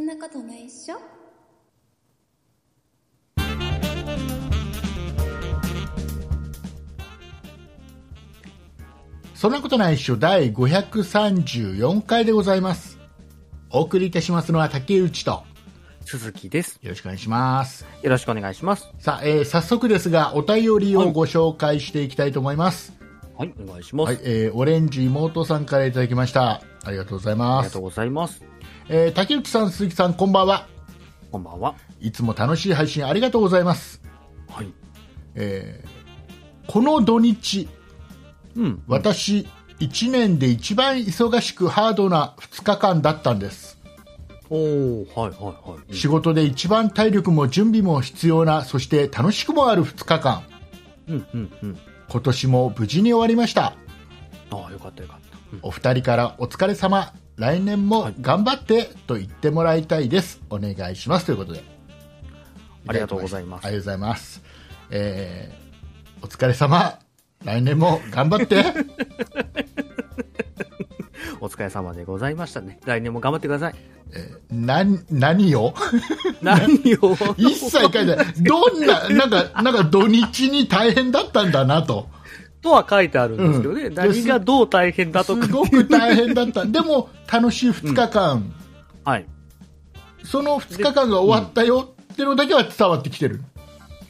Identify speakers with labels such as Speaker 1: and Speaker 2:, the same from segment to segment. Speaker 1: なことないっしょ
Speaker 2: そんなことないっしょ第534回でございます。お送りいたしますのは竹内と、
Speaker 3: 鈴木です。
Speaker 2: よろしくお願いします。
Speaker 3: よろしくお願いします。
Speaker 2: さあ、えー早速ですが、お便りをご紹介していきたいと思います。
Speaker 3: はい、お願いします。
Speaker 2: はい、えーオレンジ妹さんからいただきました。ありがとうござい
Speaker 3: あ
Speaker 2: ま
Speaker 3: りが
Speaker 2: す
Speaker 3: とう。ございます。
Speaker 2: えー竹内さん、鈴木さん、こんばんは。
Speaker 3: こんばんは。
Speaker 2: いつも楽しい配信ありがとうございます。
Speaker 3: はい。
Speaker 2: えーこの土日、
Speaker 3: うん。
Speaker 2: 私、1年で一番忙しくハードな2日間だったんです。
Speaker 3: おー、はいはいはい。
Speaker 2: 仕事で一番体力も準備も必要な、そして楽しくもある2日間。
Speaker 3: うんうんうん。
Speaker 2: 今年も無事に終わりました。
Speaker 3: ああ、よかったよかった。うん
Speaker 2: お二人からお疲れ様、来年も頑張ってと言ってもらいたいです。お願いします。ということで。
Speaker 3: ありがとうございます
Speaker 2: ありがとうございます。えー、お疲れ様、来年も頑張 って。
Speaker 3: お疲れ様でございましたね。来年も頑張ってくだ さい。
Speaker 2: 何、何を
Speaker 3: 何を。
Speaker 2: 一切書いてない。どんな、なんか、なんか土日に大変だったんだなと。
Speaker 3: とは書いてあるんですけどね。
Speaker 2: うん
Speaker 3: 何がどう大変だ
Speaker 2: す
Speaker 3: とか。
Speaker 2: ごく大変だった。でも、楽しい2日間、
Speaker 3: はい。
Speaker 2: その2日間が終わったよってのだけは伝わってきてる。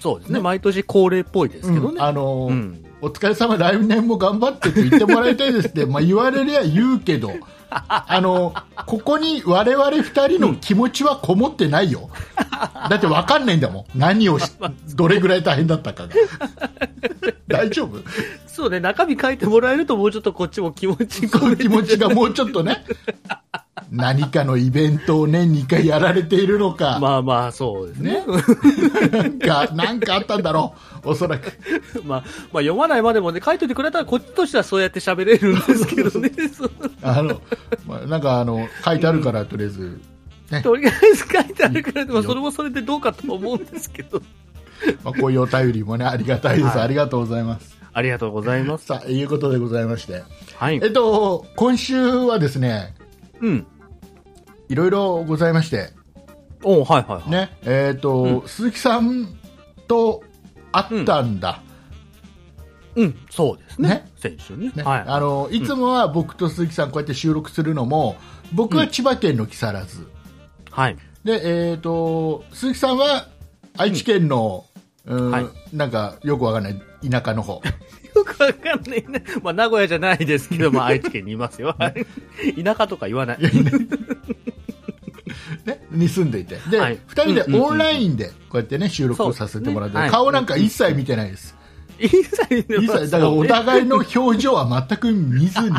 Speaker 3: そうですね。毎年恒例っぽいですけど
Speaker 2: うん
Speaker 3: ね。
Speaker 2: あのー
Speaker 3: うん
Speaker 2: お疲れ様来年も頑張ってと言ってもらいたいですって、まあ言われりゃ言うけど、あのーここに我々2人の気持ちはこもってないよ。だって分かんないんだもん。何をし、どれぐらい大変だったかが。大丈夫
Speaker 3: そうね。中身書いてもらえるともうちょっとこっちも気持ち
Speaker 2: そ
Speaker 3: 込め
Speaker 2: の
Speaker 3: て
Speaker 2: 気持ちがもうちょっとね、何かのイベントを年2回やられているのか、
Speaker 3: まあまあ、そうですね。
Speaker 2: ね、なんか、なんかあったんだろう。おそらく。
Speaker 3: まあ、まあ読まないまでもね、書いといてくれたらこっちとしてはそうやって喋れるんですけど ね。そう
Speaker 2: あの、まあ、なんかあの、書いてあるから、とりあえず、
Speaker 3: とりあえず書いてあるから、でもそれもそれでどうかと思うんですけど。
Speaker 2: まあ、こういうお便りもね、ありがたいです。
Speaker 3: はい
Speaker 2: ありがとうございます。
Speaker 3: ありがとうございます。
Speaker 2: さあ、いうことでございまして。
Speaker 3: はい
Speaker 2: え。っと、今週はですね、
Speaker 3: うん。
Speaker 2: いろいろございまして、
Speaker 3: おうはいはいはい。
Speaker 2: ね、えっと、鈴木さんと会ったんだ。
Speaker 3: うん、そうですね。
Speaker 2: ね
Speaker 3: 先週ね。
Speaker 2: ね
Speaker 3: はい。
Speaker 2: あのいつもは僕と鈴木さんこうやって収録するのも僕は千葉県の木更津、
Speaker 3: はい。
Speaker 2: でえー、と鈴木さんは愛知県の、うん
Speaker 3: はい
Speaker 2: なんかよくわかんない田舎の方
Speaker 3: よくわかんないね。まあ、名古屋じゃないですけど、まあ、愛知県にいますよ。はい 田舎とか言わない。
Speaker 2: ねに住んでいてで、
Speaker 3: はい
Speaker 2: 2人で
Speaker 3: うんうんうん
Speaker 2: オンラインでこうやってね収録をさせてもらって、
Speaker 3: そうですねはい
Speaker 2: 顔なんか一切見てないです、
Speaker 3: 一切で
Speaker 2: 一
Speaker 3: も
Speaker 2: 切だから
Speaker 3: そう
Speaker 2: お
Speaker 3: ね
Speaker 2: 互いの表情は全く見ず に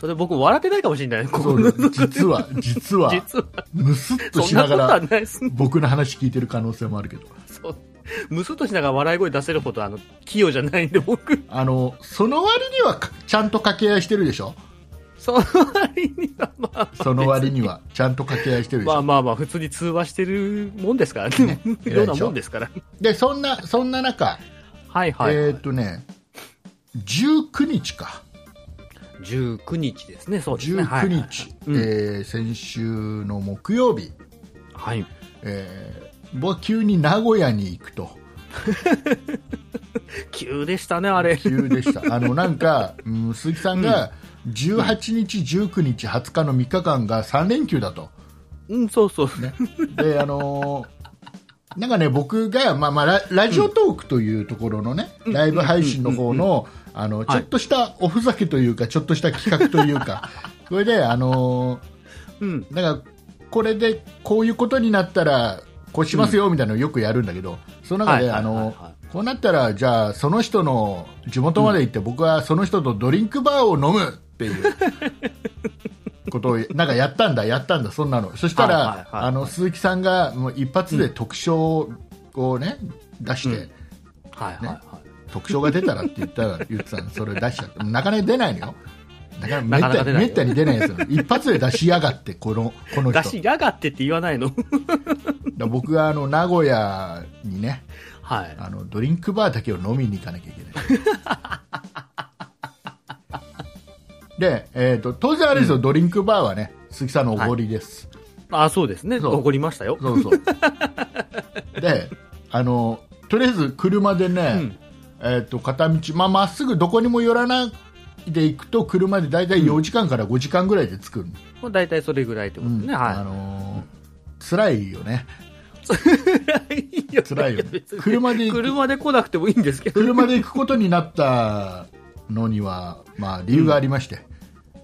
Speaker 3: それ僕笑ってないかもしれない。こ
Speaker 2: そ
Speaker 3: こ
Speaker 2: う実は実は
Speaker 3: 実は、
Speaker 2: むすっと
Speaker 3: そ
Speaker 2: し
Speaker 3: んな
Speaker 2: な
Speaker 3: こと
Speaker 2: が
Speaker 3: は
Speaker 2: ら
Speaker 3: ないですね。
Speaker 2: 僕の話聞いてる可能性もあるけど
Speaker 3: そう。 むすっとしながら笑い声出せるほど、あの、器用じゃないんで、僕。
Speaker 2: あのその割にはかちゃんと掛け合いしてるでしょ
Speaker 3: その割には、まあ、
Speaker 2: その割 にはちゃんと掛け合いしてるでし
Speaker 3: ま
Speaker 2: ょ、
Speaker 3: あまあまあ、普通に通話してるもんですからね。
Speaker 2: ね
Speaker 3: ようなもんですから。
Speaker 2: でそんなそんな中、
Speaker 3: はいはい、
Speaker 2: えーっとね19日か
Speaker 3: 19日ですね、そうですね。
Speaker 2: 19日、
Speaker 3: うん
Speaker 2: えー先週の木曜日、
Speaker 3: はい、はい。
Speaker 2: えー僕は急に名古屋に行くと
Speaker 3: 急でしたね、あれ。
Speaker 2: 急でした あのなんか、うん鈴木さんが18日、19日、20日の3日間が3連休だと。
Speaker 3: うん、そうそう。
Speaker 2: ね、であのーなんかね僕が、まあまあ、ララジオトークというところのね、ライブ配信の方のあのちょっとしたおふざけというか、ちょっとした企画という かそれであの
Speaker 3: うん。
Speaker 2: ーなんかこれでこういうことになったらこうしますよみたいなのをよくやるんだけど、その中で、
Speaker 3: はい
Speaker 2: あのー
Speaker 3: はいはいは
Speaker 2: こうなったらじゃあその人の地元まで行って、僕はその人とドリンクバーを飲むっていう ことをなんかやったんだやったんだそんなのそしたら、
Speaker 3: はいはいはいはい
Speaker 2: あの鈴木さんがもう一発で特賞をね、出して、
Speaker 3: うんはいはいはい。
Speaker 2: 特賞が出たらって言ったら言ってたのそれを出しちゃったなかなか出ないのよだからめ
Speaker 3: な
Speaker 2: っ
Speaker 3: かな
Speaker 2: た
Speaker 3: か
Speaker 2: に
Speaker 3: 出ない
Speaker 2: め
Speaker 3: よ
Speaker 2: ったに出ないやつなの一発で出しやがってこのこの人
Speaker 3: 出しやがってって言わないの。
Speaker 2: だから僕があの名古屋にね
Speaker 3: はい。
Speaker 2: あのドリンクバーだけを飲みに行かなきゃい けないで、えー、と当然あれですよ、ドリンクバーはね、鈴木さんのおごりです、
Speaker 3: あ、そうですね。
Speaker 2: そう
Speaker 3: 怒りましたよ。
Speaker 2: そうそう であのとりあえず車でね、
Speaker 3: うん
Speaker 2: えー、と片道まあまっすぐどこにも寄らないで行くと車で大体4時間から5時間ぐらいで着くん
Speaker 3: まあ、大体それぐらいってことですね。
Speaker 2: あ
Speaker 3: は
Speaker 2: のー辛いよね
Speaker 3: い。いや
Speaker 2: 辛いよね
Speaker 3: 別に
Speaker 2: 車で行く
Speaker 3: 車で来なくてもいいんですけど。
Speaker 2: 車で行くことになったのには、まあ、理由がありまして、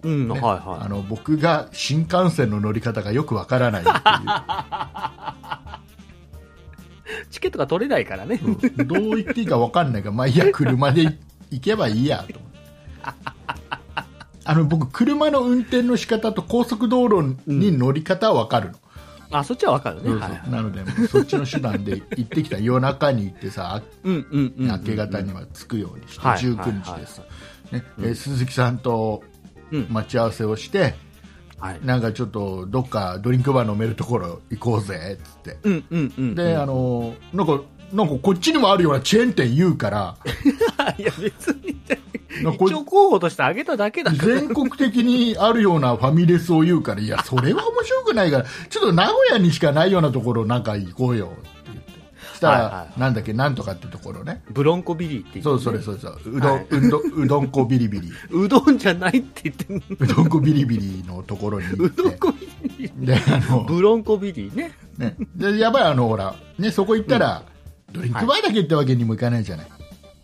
Speaker 3: うん、はい
Speaker 2: あ
Speaker 3: は
Speaker 2: の僕が新幹線の乗り方がよくわからないっ
Speaker 3: い。チケットが取れないからね。
Speaker 2: ていうどう言っていいかわかんないからまあいいや車で行けばいいやと思ってあの僕車の運転の仕方と高速道路に乗り方はわかるの、
Speaker 3: あ、そっちはわかるね。
Speaker 2: そう
Speaker 3: はい
Speaker 2: そう
Speaker 3: はい。
Speaker 2: なのでもうそっちの手段で行ってきた夜中に行ってさ
Speaker 3: うんうんうん。
Speaker 2: 明け方には着くようにして
Speaker 3: はい
Speaker 2: 19日です、ねえー鈴木さんと
Speaker 3: うん
Speaker 2: 待ち合わせをして、
Speaker 3: はい。
Speaker 2: なんかちょっとどっかドリンクバー飲めるところ行こうぜっつ って
Speaker 3: うんうんうん。
Speaker 2: で、あのなんかなんかこっちにもあるようなチェーン店言う から
Speaker 3: いや別に
Speaker 2: なこ
Speaker 3: 一応候補として挙げただけだから
Speaker 2: 全国的にあるようなファミレスを言うからいやそれは面白くないからちょっと名古屋にしかないようなところなんか行こうよって言ってそしたら、
Speaker 3: はいはいは
Speaker 2: なんだっけなんとかってところね
Speaker 3: ブロンコビリーって言って
Speaker 2: そうそれそれそれうどん、うどんうどんこビリビリ
Speaker 3: うどんじゃないって言ってんの
Speaker 2: うどんこビリビリのところに行
Speaker 3: う
Speaker 2: っ
Speaker 3: どん
Speaker 2: て
Speaker 3: こビリー
Speaker 2: であの
Speaker 3: ブロンコビリーね
Speaker 2: ね、でやばいあのほら、ね、そこ行ったら、ドリンクバーだけってわけにもいかないじゃない、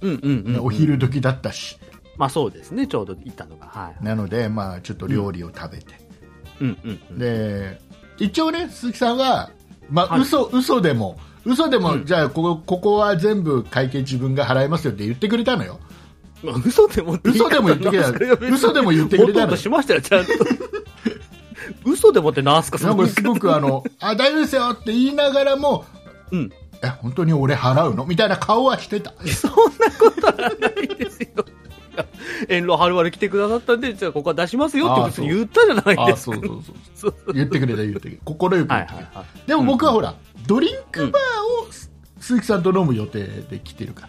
Speaker 3: うんうんうん、
Speaker 2: ねお昼時だったし、
Speaker 3: まあそうですねちょうど行ったのがはい
Speaker 2: なので、まあ、ちょっと料理を食べて、
Speaker 3: うんうんうん
Speaker 2: で一応ね、鈴木さんは、まあ
Speaker 3: はい
Speaker 2: 嘘嘘でも、嘘でも、
Speaker 3: うん
Speaker 2: じゃあここ、ここは全部会計自分が払いますよって言ってくれたのよ、
Speaker 3: まあ、嘘でもって言い
Speaker 2: 嘘でも言ってくれた
Speaker 3: 方なんすか
Speaker 2: 嘘でも言ってくれたの
Speaker 3: ほとんどしましたよちゃんと嘘でもってなんすかそ
Speaker 2: な
Speaker 3: の
Speaker 2: んかすごくあのあ大丈夫ですよって言いながらも、
Speaker 3: うん
Speaker 2: え本当に俺払うのみたいな顔はしてた。
Speaker 3: そんなことはないですよいや遠路はるばる来てくださったんでじゃあここは出しますよって別に言ったじゃない
Speaker 2: あ
Speaker 3: です
Speaker 2: そう
Speaker 3: か
Speaker 2: そうそう
Speaker 3: そう
Speaker 2: 言ってくれた言ってくれた心よく言
Speaker 3: は
Speaker 2: っ
Speaker 3: い
Speaker 2: てくれ
Speaker 3: はい
Speaker 2: た
Speaker 3: はい
Speaker 2: でも僕はほら、ドリンクバーをす鈴木さんと飲む予定で来てるから、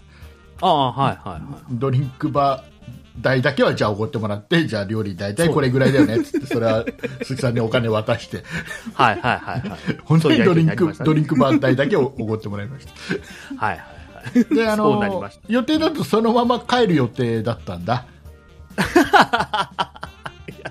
Speaker 3: ああはいはいはい
Speaker 2: ドリンクバー代だけはじゃあおごってもらって、じゃあ料理大体これぐらいだよねっつって、それは鈴木さんにお金渡 して、
Speaker 3: はいはいはい はい。
Speaker 2: 本当にドリン
Speaker 3: そ
Speaker 2: ク
Speaker 3: ういうやりとりになりましたね
Speaker 2: ドリンクバー代だけをおごってもらいました。
Speaker 3: はいはいはい。
Speaker 2: で、あ
Speaker 3: そうなりま
Speaker 2: の
Speaker 3: し、
Speaker 2: 予定だとそのまま帰る予定だったんだ。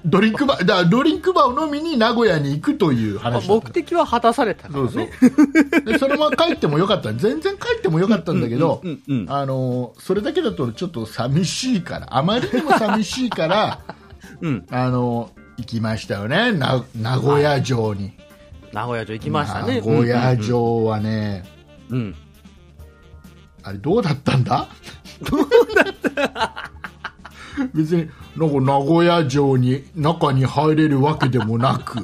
Speaker 2: ドリンクバー、だからドリンクバーを飲みに名古屋に行くという
Speaker 3: まあ
Speaker 2: 話だった
Speaker 3: 目。的は果たされたから
Speaker 2: そう
Speaker 3: ね。
Speaker 2: そう。 で、そのまま帰ってもよかった。全然帰ってもよかったんだけど
Speaker 3: うんうんうんう、ん
Speaker 2: あの、それだけだとちょっと寂しいから、あまりにも寂しいから、
Speaker 3: うん。
Speaker 2: あの、行きましたよね。な名古屋城に。
Speaker 3: 名古屋城行きましたね。
Speaker 2: 名古屋城はね、
Speaker 3: うん。うんうん。
Speaker 2: あれどうだったんだ別に、なんか名古屋城に中に入れるわけでもなく、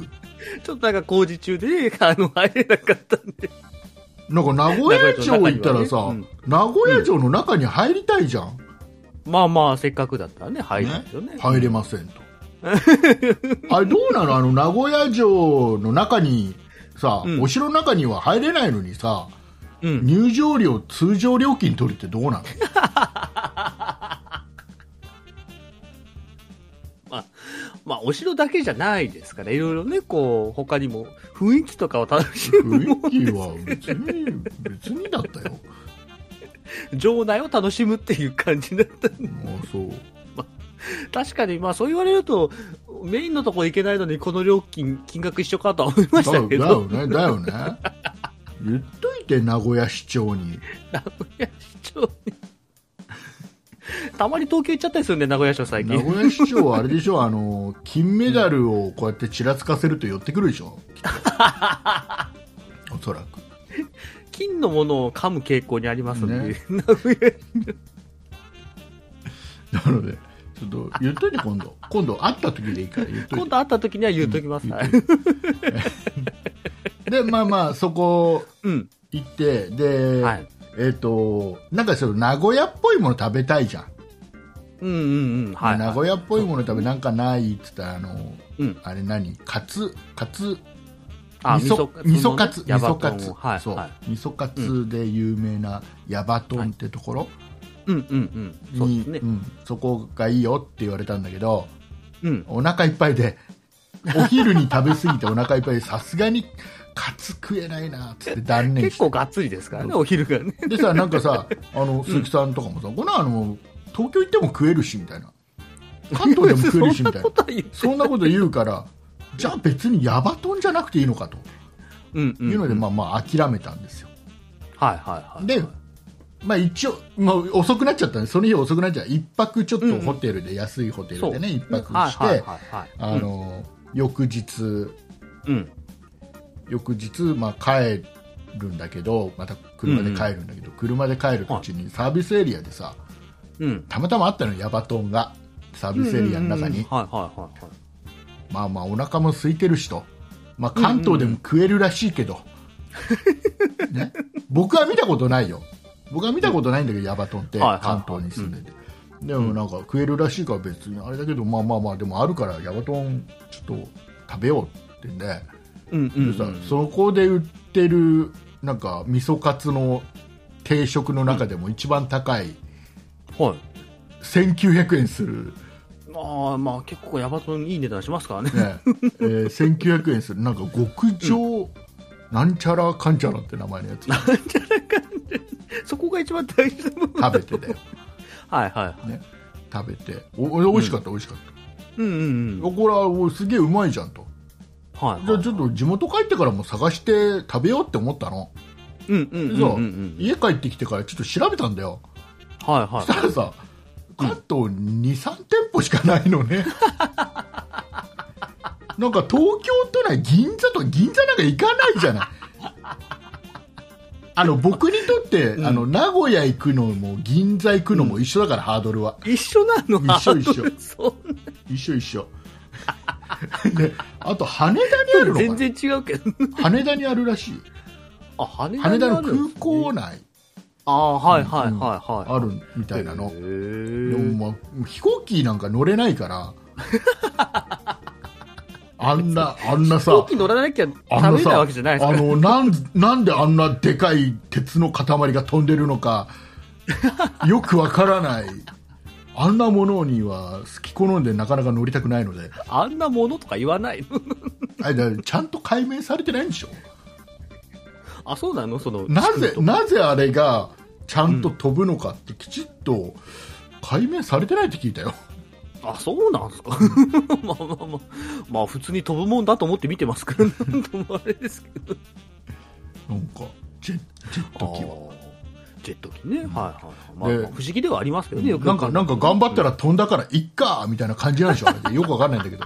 Speaker 3: ちょっとなんか工事中で、 あの、入れなかったんで。
Speaker 2: なんか名古屋城行ったらさ、
Speaker 3: うん
Speaker 2: 名古屋城の中に入りたいじゃん。
Speaker 3: まあまあ、せっかくだったらね、入るんですよね。
Speaker 2: 入れませんと あれどうなのあの名古屋城の中にさ、
Speaker 3: うん
Speaker 2: お城の中には入れないのにさ
Speaker 3: うん。
Speaker 2: 入場料通常料金取るってどうなの
Speaker 3: まあ、お城だけじゃないですから、いろいろね、こう、他にも、雰囲気とかを楽しむ、
Speaker 2: 雰囲気は別に別にだったよ
Speaker 3: 城内を楽しむっていう感じだったんで。
Speaker 2: もうそう
Speaker 3: 確かに、まあ、そう言われると、メインのとこ行けないのに、この料金、金額一緒かとは思いました
Speaker 2: だ
Speaker 3: けど。
Speaker 2: よねだよね言っといて名古屋市長に
Speaker 3: 名古屋市長に たまに東京行っちゃったりするんで名古屋市長最
Speaker 2: 名
Speaker 3: 近
Speaker 2: 古屋市長はあれでしょあの金メダルをこうやってちらつかせると寄ってくるでしょきっ とおそらく
Speaker 3: 金のものを噛む傾向にありますんで、
Speaker 2: ね
Speaker 3: 名古屋
Speaker 2: なので、ちょっと言っといて今度、今度会った時でいいから言っとい
Speaker 3: 今
Speaker 2: て。
Speaker 3: 度会った時には言うときます、
Speaker 2: 言
Speaker 3: は
Speaker 2: っ
Speaker 3: い
Speaker 2: といてで、まあまあ、そこ
Speaker 3: うん
Speaker 2: 行って、で、
Speaker 3: はい
Speaker 2: えっ、と、なんかその名古屋っぽいもの食べたいじゃん。
Speaker 3: うんうんうんはい
Speaker 2: 名古屋っぽいもの食べなんかないって言ったら、あの、
Speaker 3: うん
Speaker 2: あれ何カツ、カツ、
Speaker 3: あ
Speaker 2: 味噌味噌カツ、味
Speaker 3: ヤバ
Speaker 2: 噌
Speaker 3: ト
Speaker 2: カ
Speaker 3: ン
Speaker 2: ツ、
Speaker 3: はい
Speaker 2: そう、
Speaker 3: はい
Speaker 2: 味噌カツで有名なヤバトンってところ
Speaker 3: うんうんうんそうで
Speaker 2: に、
Speaker 3: すね
Speaker 2: うんそこがいいよって言われたんだけど、
Speaker 3: うん
Speaker 2: お腹いっぱいで、お昼に食べ過ぎてお腹いっぱいでさすがにカツ食えないなっつって断念
Speaker 3: 結
Speaker 2: して
Speaker 3: 構がっつりですからね、お昼がね。
Speaker 2: でさなんかさあの鈴木さんとかもさ、このあの東京行っても食えるしみたいな関東でも食えるしみたいな
Speaker 3: そんなことは言って
Speaker 2: そんなこと言うからじゃあ別にヤバトンじゃなくていいのかと
Speaker 3: うんうん
Speaker 2: いうので、まあまあ諦めたんですよ
Speaker 3: はいはいはい。
Speaker 2: で、まあ、一応、まあ、遅くなっちゃったんでその日遅くなっちゃった一泊ちょっとホテルで、安いホテルでね一泊
Speaker 3: はい
Speaker 2: し
Speaker 3: はい
Speaker 2: て
Speaker 3: はいはい。
Speaker 2: あの翌日
Speaker 3: うん。
Speaker 2: 翌日、まあ、帰るんだけどまた車で帰るんだけど、車で帰る途中にサービスエリアでさ
Speaker 3: うん。
Speaker 2: たまたまあったのよヤバトンがサービスエリアの中に、
Speaker 3: うんうんうんはいはいはいはい。
Speaker 2: まあまあお腹も空いてるしと、まあ、関東でも食えるらしいけど、ね、僕は見たことないよ僕は見たことないんだけど、ヤバトンって
Speaker 3: はいはいはい
Speaker 2: 関東に住んでて、でもなんか食えるらしいから別にあれだけどまあまあまあでもあるからヤバトンちょっと食べようってんで、
Speaker 3: うんうんうん。
Speaker 2: さそこで売ってるなんか味噌カツの定食の中でも一番高い
Speaker 3: はい。
Speaker 2: 1900円す る、
Speaker 3: まあまあ結構ヤバトンいい値段しますからね。
Speaker 2: ねえー1900円するなんか極上なんちゃらかんちゃらって名前のやつ
Speaker 3: そこが一番大事な部分。
Speaker 2: 食べて だよ
Speaker 3: はいはいはい。
Speaker 2: ね食べておお美味しかった美味しかった、
Speaker 3: うんうんうん。
Speaker 2: おこれはおすげえうまいじゃんと
Speaker 3: はいはい。
Speaker 2: じゃあちょっと地元帰ってからも探して食べようって思ったの
Speaker 3: うんうん
Speaker 2: で
Speaker 3: う
Speaker 2: さ、
Speaker 3: んうん。
Speaker 2: 家帰ってきてからちょっと調べたんだよ
Speaker 3: はいは
Speaker 2: そしたらさ関東23店舗しかないの ねなんか東京都内銀座とか銀座なんか行かないじゃないあの僕にとって、
Speaker 3: ん。
Speaker 2: あの名古屋行くのも銀座行くのも一緒だから、ハードルはい
Speaker 3: 一緒なの
Speaker 2: 一緒一緒
Speaker 3: ハードル そんな
Speaker 2: 一緒一緒 であと羽田にあるの
Speaker 3: 全
Speaker 2: かな
Speaker 3: 然違うけど。
Speaker 2: 羽田にあるらしい
Speaker 3: あ、羽田
Speaker 2: 羽
Speaker 3: に
Speaker 2: 田
Speaker 3: ある
Speaker 2: の
Speaker 3: んですね
Speaker 2: 空港内
Speaker 3: ああ、はいはいはいはい。
Speaker 2: あるみたいなの、
Speaker 3: へ
Speaker 2: で
Speaker 3: ー
Speaker 2: も、まあ、飛行機なんか乗れない から、あんな、あんな
Speaker 3: 飛行
Speaker 2: さ、
Speaker 3: 機乗らなきゃ食
Speaker 2: あんな
Speaker 3: べない
Speaker 2: さ
Speaker 3: わけじゃないです
Speaker 2: あ
Speaker 3: から。
Speaker 2: のなん、なんであんなでかい鉄の塊が飛んでるの か、よくわからない。あんなものには好き好んでなかなか乗りたくないので、
Speaker 3: あんなものとか言わないの
Speaker 2: あれだちゃんと解明されてないんでしょ
Speaker 3: あ、そうなのその。
Speaker 2: な
Speaker 3: 作る
Speaker 2: ぜ、
Speaker 3: と
Speaker 2: なぜあれがちゃんと飛ぶのかってきちっと解明されてないって聞いたよ。
Speaker 3: あ、そうなんですか まあまあまあ。まあ普通に飛ぶもんだと思って見てます から、なんともあれですけど。
Speaker 2: なんか、ジェジェット機は。
Speaker 3: ジェット機ね。はいはい。まあ、
Speaker 2: で
Speaker 3: まあ不思議ではありますけどね、よく
Speaker 2: なんか、なんか頑張ったら飛んだから、いっかみたいな感じなんでしょうね。よくわかんないんだ けど。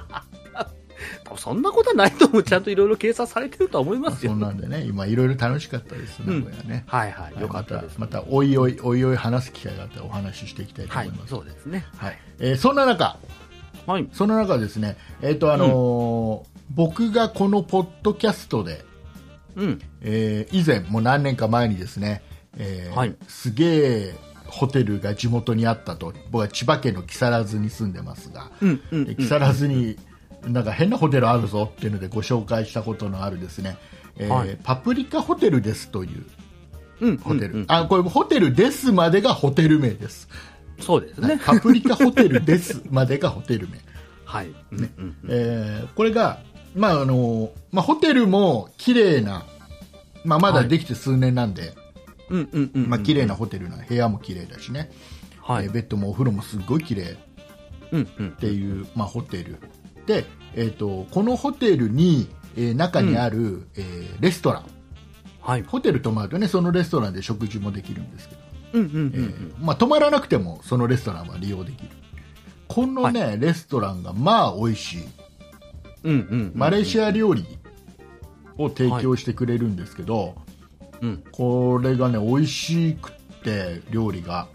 Speaker 3: 多分そんなことはないと思う。ちゃんといろいろ計算されてるとは思います
Speaker 2: そ
Speaker 3: よ。
Speaker 2: ん
Speaker 3: は
Speaker 2: なんでね、今いろいろ楽しかったですね、
Speaker 3: うん
Speaker 2: これはね。
Speaker 3: いはい。よかったです。
Speaker 2: また、またおいおい、おいおい話す機会があったらお話ししていきたいと
Speaker 3: は
Speaker 2: 思い
Speaker 3: い
Speaker 2: ま、す。
Speaker 3: そうですね。
Speaker 2: はい。えーそんな中、
Speaker 3: はい。
Speaker 2: その中ですね、えっ、と、あのー僕がこのポッドキャストで、
Speaker 3: うん。
Speaker 2: えー以前、もう何年か前にですね、えー
Speaker 3: はい
Speaker 2: すげえホテルが地元にあったと、僕は千葉県の木更津に住んでますが、
Speaker 3: うん。うん。う
Speaker 2: で
Speaker 3: ん
Speaker 2: 木更津になんか変なホテルあるぞっていうのでご紹介したことのあるですね、えー
Speaker 3: はい
Speaker 2: パプリカホテルですという
Speaker 3: うん。
Speaker 2: ホテル、
Speaker 3: うんうん
Speaker 2: あこれホテルですまでがホテル名です、
Speaker 3: そうですね。
Speaker 2: パプリカホテルですまでがホテル 名、
Speaker 3: はい。うんうんうん
Speaker 2: えーこれが、まああのまあ、ホテルも綺麗な、まあ、まだできて数年なんで、
Speaker 3: うんうんうん。
Speaker 2: まあ綺麗なホテルな部屋も綺麗だしね、
Speaker 3: は
Speaker 2: え
Speaker 3: い
Speaker 2: ー。ベッドもお風呂もすっごい綺麗
Speaker 3: うんうん
Speaker 2: っ。ていう、まあ、ホテルで、えー、とこのホテルに、えー中にある、えーレストラン
Speaker 3: はい。
Speaker 2: ホテル泊まるとねそのレストランで食事もできるんですけど、
Speaker 3: うんうんうんう
Speaker 2: えー
Speaker 3: ん。
Speaker 2: まあ、泊まらなくてもそのレストランは利用できるこのね、レストランがまあ美味しい
Speaker 3: うんうん。
Speaker 2: マレーシア料理を提供してくれるんですけど、
Speaker 3: うん。
Speaker 2: これがね美味しくって料理が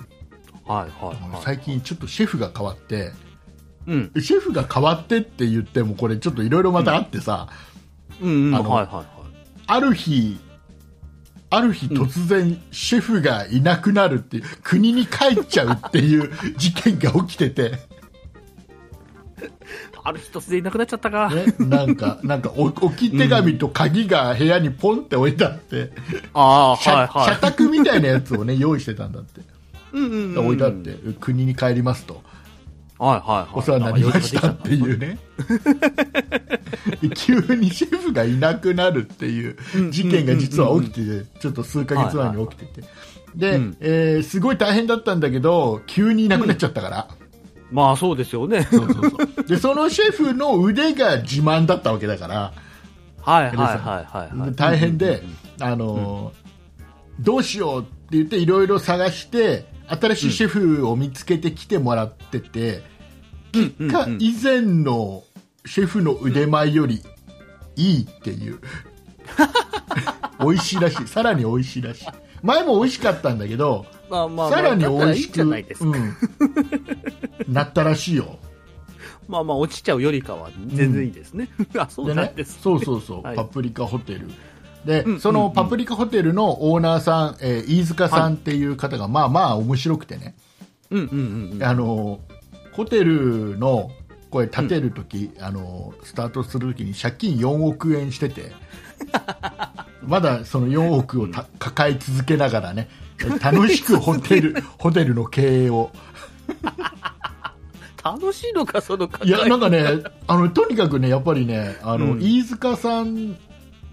Speaker 3: はいはいはい。
Speaker 2: 最近ちょっとシェフが変わって
Speaker 3: うん。
Speaker 2: シェフが変わってって言ってもこれちょっといろいろまたあってさ、
Speaker 3: うんうん。
Speaker 2: あ
Speaker 3: はい
Speaker 2: の
Speaker 3: はいはい。
Speaker 2: ある日、ある日突然、シェフがいなくなるっていう、国に帰っちゃうっていう 事件が起きてて、ね、
Speaker 3: ある日突然いなくなっちゃったか。
Speaker 2: なんか、なんかお置き手紙と鍵が部屋にポンって置いてあって、
Speaker 3: ああ、
Speaker 2: 社
Speaker 3: はいは
Speaker 2: 社
Speaker 3: い。
Speaker 2: 宅みたいなやつをね、用意してたんだって。
Speaker 3: うんうんうん
Speaker 2: 置いてあって、国に帰りますと。
Speaker 3: はいはいはい。
Speaker 2: お世話になりました
Speaker 3: なん
Speaker 2: っ
Speaker 3: か
Speaker 2: ていうね 急にシェフがいなくなるっていう事件が実は起きててちょっと数ヶ月前に起きててで、
Speaker 3: うん
Speaker 2: えーすごい大変だったんだけど急にいなくなっちゃったから、
Speaker 3: まあそうですよね。
Speaker 2: そうそうそうでそのシェフの腕が自慢だったわけだから
Speaker 3: はいはいはいはい、はい。
Speaker 2: 大変で、あのーどうしようって言っていろいろ探して新しいシェフを見つけてきてもらってて、
Speaker 3: うんうんうん
Speaker 2: か以前のシェフの腕前よりいいっていう 美味しいらしいさらに美味しいらしい前も美味しかったんだけど
Speaker 3: まあまあ、
Speaker 2: さらに美味し
Speaker 3: いい
Speaker 2: く
Speaker 3: じゃないですか。
Speaker 2: うんなったらしいよ
Speaker 3: まあまあ、落ちちゃうよりかは全然いいですね。あ、そう
Speaker 2: で
Speaker 3: なん
Speaker 2: ね
Speaker 3: です。
Speaker 2: そうそうそう、
Speaker 3: はい
Speaker 2: パプリカホテルで、
Speaker 3: うん
Speaker 2: そ
Speaker 3: うん
Speaker 2: の
Speaker 3: うん
Speaker 2: パプリカホテルのオーナーさん、えー飯塚さんっていう方が、まあまあ面白くてね、
Speaker 3: うんうんうん。
Speaker 2: あのーホテルのこれ建てるとき、あのースタートするときに借金4億円してて まだその4億をた抱え続けながらね楽し くホテルホテルの経営を
Speaker 3: 楽しいのか、その考え。
Speaker 2: いやなんかねあのとにかくねやっぱりねあの、
Speaker 3: うん
Speaker 2: 飯塚さん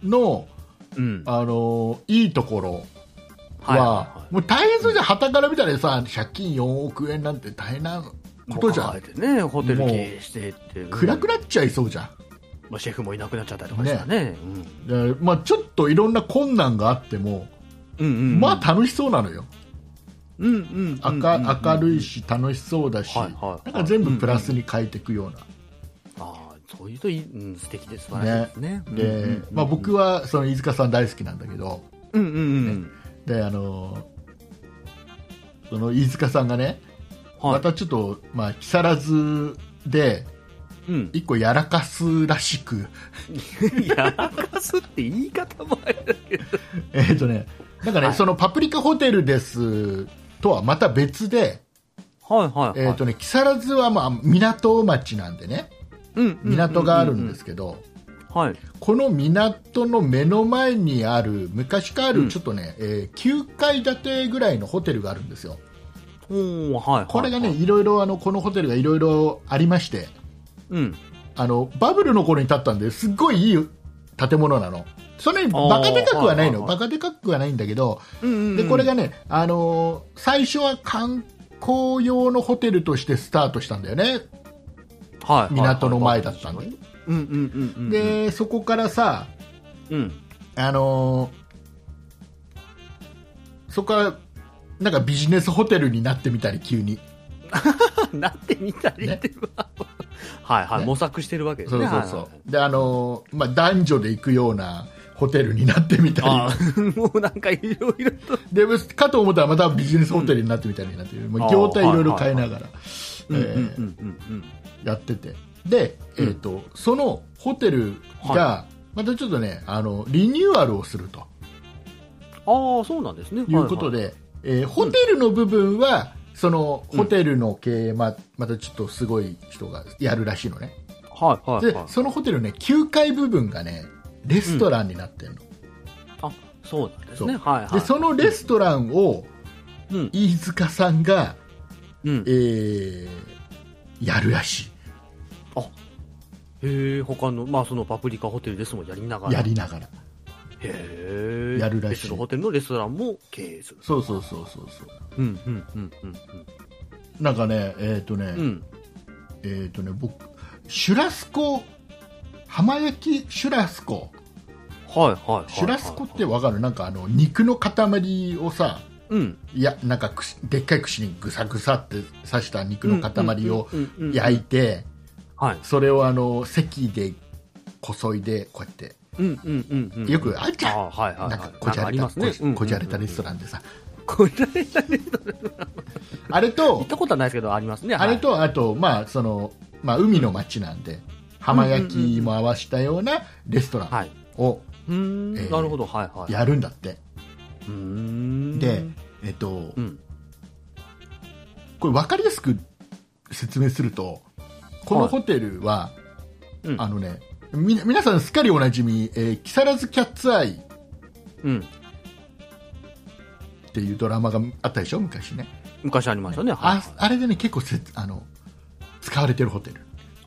Speaker 2: の
Speaker 3: うん。
Speaker 2: あのいいところは、
Speaker 3: はいはい
Speaker 2: もう大変そうじゃん、はたから見たらさ、借金4億円なんて大変なことじゃ
Speaker 3: 考
Speaker 2: ん、
Speaker 3: えてね、ホテル経営してって。
Speaker 2: 暗く
Speaker 3: な
Speaker 2: なっちゃいそうじゃん、
Speaker 3: まあ、シェフもいなくなっちゃったりとかしたね。
Speaker 2: だからまあ、ちょっといろんな困難があっても、
Speaker 3: うん。うんうん。
Speaker 2: まあ、楽しそうなのよ、
Speaker 3: うんうんうん。
Speaker 2: 明明るい
Speaker 3: し。
Speaker 2: し、楽しそうだし、
Speaker 3: はいはい
Speaker 2: なんか全部プラスに変えていくような。
Speaker 3: ああ、そういうといい、うん、素敵です。素晴らしいですね。
Speaker 2: で
Speaker 3: うんうんうん
Speaker 2: まあ、僕、はその飯塚さん大好きなんだけど
Speaker 3: うんうんうん。
Speaker 2: であのその飯塚さんがね、
Speaker 3: は
Speaker 2: ま
Speaker 3: い。
Speaker 2: たちょっと、まあ、木更津で
Speaker 3: うん。
Speaker 2: 一個やらかすらしく、
Speaker 3: やらかすって言い方もあれだけど。
Speaker 2: えーとね、なんかね、
Speaker 3: はい
Speaker 2: そのパプリカホテルですとはまた別で、
Speaker 3: はいはい
Speaker 2: え
Speaker 3: は
Speaker 2: ー
Speaker 3: い。
Speaker 2: とね、木更津はまあ港町なんでね、
Speaker 3: うん。
Speaker 2: 港があるんですすけど、
Speaker 3: はい。
Speaker 2: この港の目の前にある、昔からあ
Speaker 3: う
Speaker 2: る
Speaker 3: ん
Speaker 2: ちょっとね、えー9階建てぐらいのホテルがあるんですよ。
Speaker 3: おーはいはい。
Speaker 2: これがね、、いろいろ、あの、このホテルがいろいろありまして、
Speaker 3: うん。
Speaker 2: あの、バブルの頃に建ったんですっごいいい建物なの。そんなにバカでかくはないの。
Speaker 3: あーはいはいは
Speaker 2: バカでかくはないんだけど、
Speaker 3: うんうんうん
Speaker 2: でこれがね、あのー最初は観光用のホテルとしてスタートしたんだよね、
Speaker 3: はい
Speaker 2: 港の前だったんで、
Speaker 3: うんうんうんうん、
Speaker 2: でそこからさ、
Speaker 3: うん、
Speaker 2: あのーそこからなんかビジネスホテルになってみたり、急に、
Speaker 3: なってみたりって、はいはい、
Speaker 2: ね
Speaker 3: 模索してるわけです
Speaker 2: そう
Speaker 3: ね。
Speaker 2: そうそう、であのーまあ、男女で行くようなホテルになってみたり、
Speaker 3: はいはいはいあ あ、もうなんかいろいろと、
Speaker 2: でかと思ったらまたビジネスホテルになってみたりなっていう、もう業態いろいろ変えながら。え
Speaker 3: うんうん
Speaker 2: ー
Speaker 3: うんうん
Speaker 2: やっててで、えーとそのホテルが、またちょっとねあのリニューアルをすると
Speaker 3: うん。ああ、そうなんですね。
Speaker 2: いうことで、えーホテルの部分は、そのホテルの経営ままたちょっとすごい人がやるらしいのね
Speaker 3: はいはい、はい
Speaker 2: で
Speaker 3: はいはい。
Speaker 2: そのホテルね9階部分がねレストランになってるの、
Speaker 3: あそうなんです
Speaker 2: そう
Speaker 3: ね。はいはい。
Speaker 2: でそのレストランを
Speaker 3: うん
Speaker 2: 飯塚さんが、
Speaker 3: うん
Speaker 2: え、ーやるらし
Speaker 3: へえ、他の、まあそのパプリカホテルですもん、やりなが
Speaker 2: い
Speaker 3: ら。
Speaker 2: やりながら
Speaker 3: へえ。
Speaker 2: やるらしい
Speaker 3: 別のホテルのレストランも経営する。
Speaker 2: そうそうそうそうそう
Speaker 3: うんうんうんうん
Speaker 2: なんかねえっ、とね、
Speaker 3: うん。うん。
Speaker 2: えっ、とね、僕、シュラスコ、浜焼きシュラスコ。
Speaker 3: はいはいはいはい。
Speaker 2: シュラスコってわかるなんかあの、肉の塊をさ、
Speaker 3: うん。
Speaker 2: いや、なんか串でっかい串にぐさぐさって刺した肉の塊を
Speaker 3: うんうんうんうんうん
Speaker 2: 焼いて、
Speaker 3: はい。
Speaker 2: それをあの、席でこそいで、こうやって。
Speaker 3: うんうんうんうん。
Speaker 2: よくあるじゃん
Speaker 3: あはいはいはい。
Speaker 2: なんかこじゃ
Speaker 3: あ
Speaker 2: れ
Speaker 3: り
Speaker 2: た、
Speaker 3: ますね。
Speaker 2: こじこじゃれたレスト
Speaker 3: ラン。
Speaker 2: ランでさ。
Speaker 3: こじゃれたレストラン。
Speaker 2: あれ
Speaker 3: 行
Speaker 2: と
Speaker 3: っ、たことはないですけど、ありますね。
Speaker 2: あれと、あと、まあ、その、まあ、海の町なんで、浜焼きも合わしたようなレストラン
Speaker 3: はい。はい。
Speaker 2: を
Speaker 3: うーん、
Speaker 2: えー
Speaker 3: なるほど、はいはい。
Speaker 2: やるんだって。
Speaker 3: うーん。
Speaker 2: で、えっと
Speaker 3: う、ん。
Speaker 2: これ分かりやすく説明するとこのホテルは、
Speaker 3: うん
Speaker 2: あのねみ皆さんすっかりおなじみ、えー木更津キャッツアイ」っ
Speaker 3: うん。
Speaker 2: ていうドラマがあったでしょ昔ね
Speaker 3: 昔ありましたね。はい
Speaker 2: ああれでね結構せあの使われてるホテル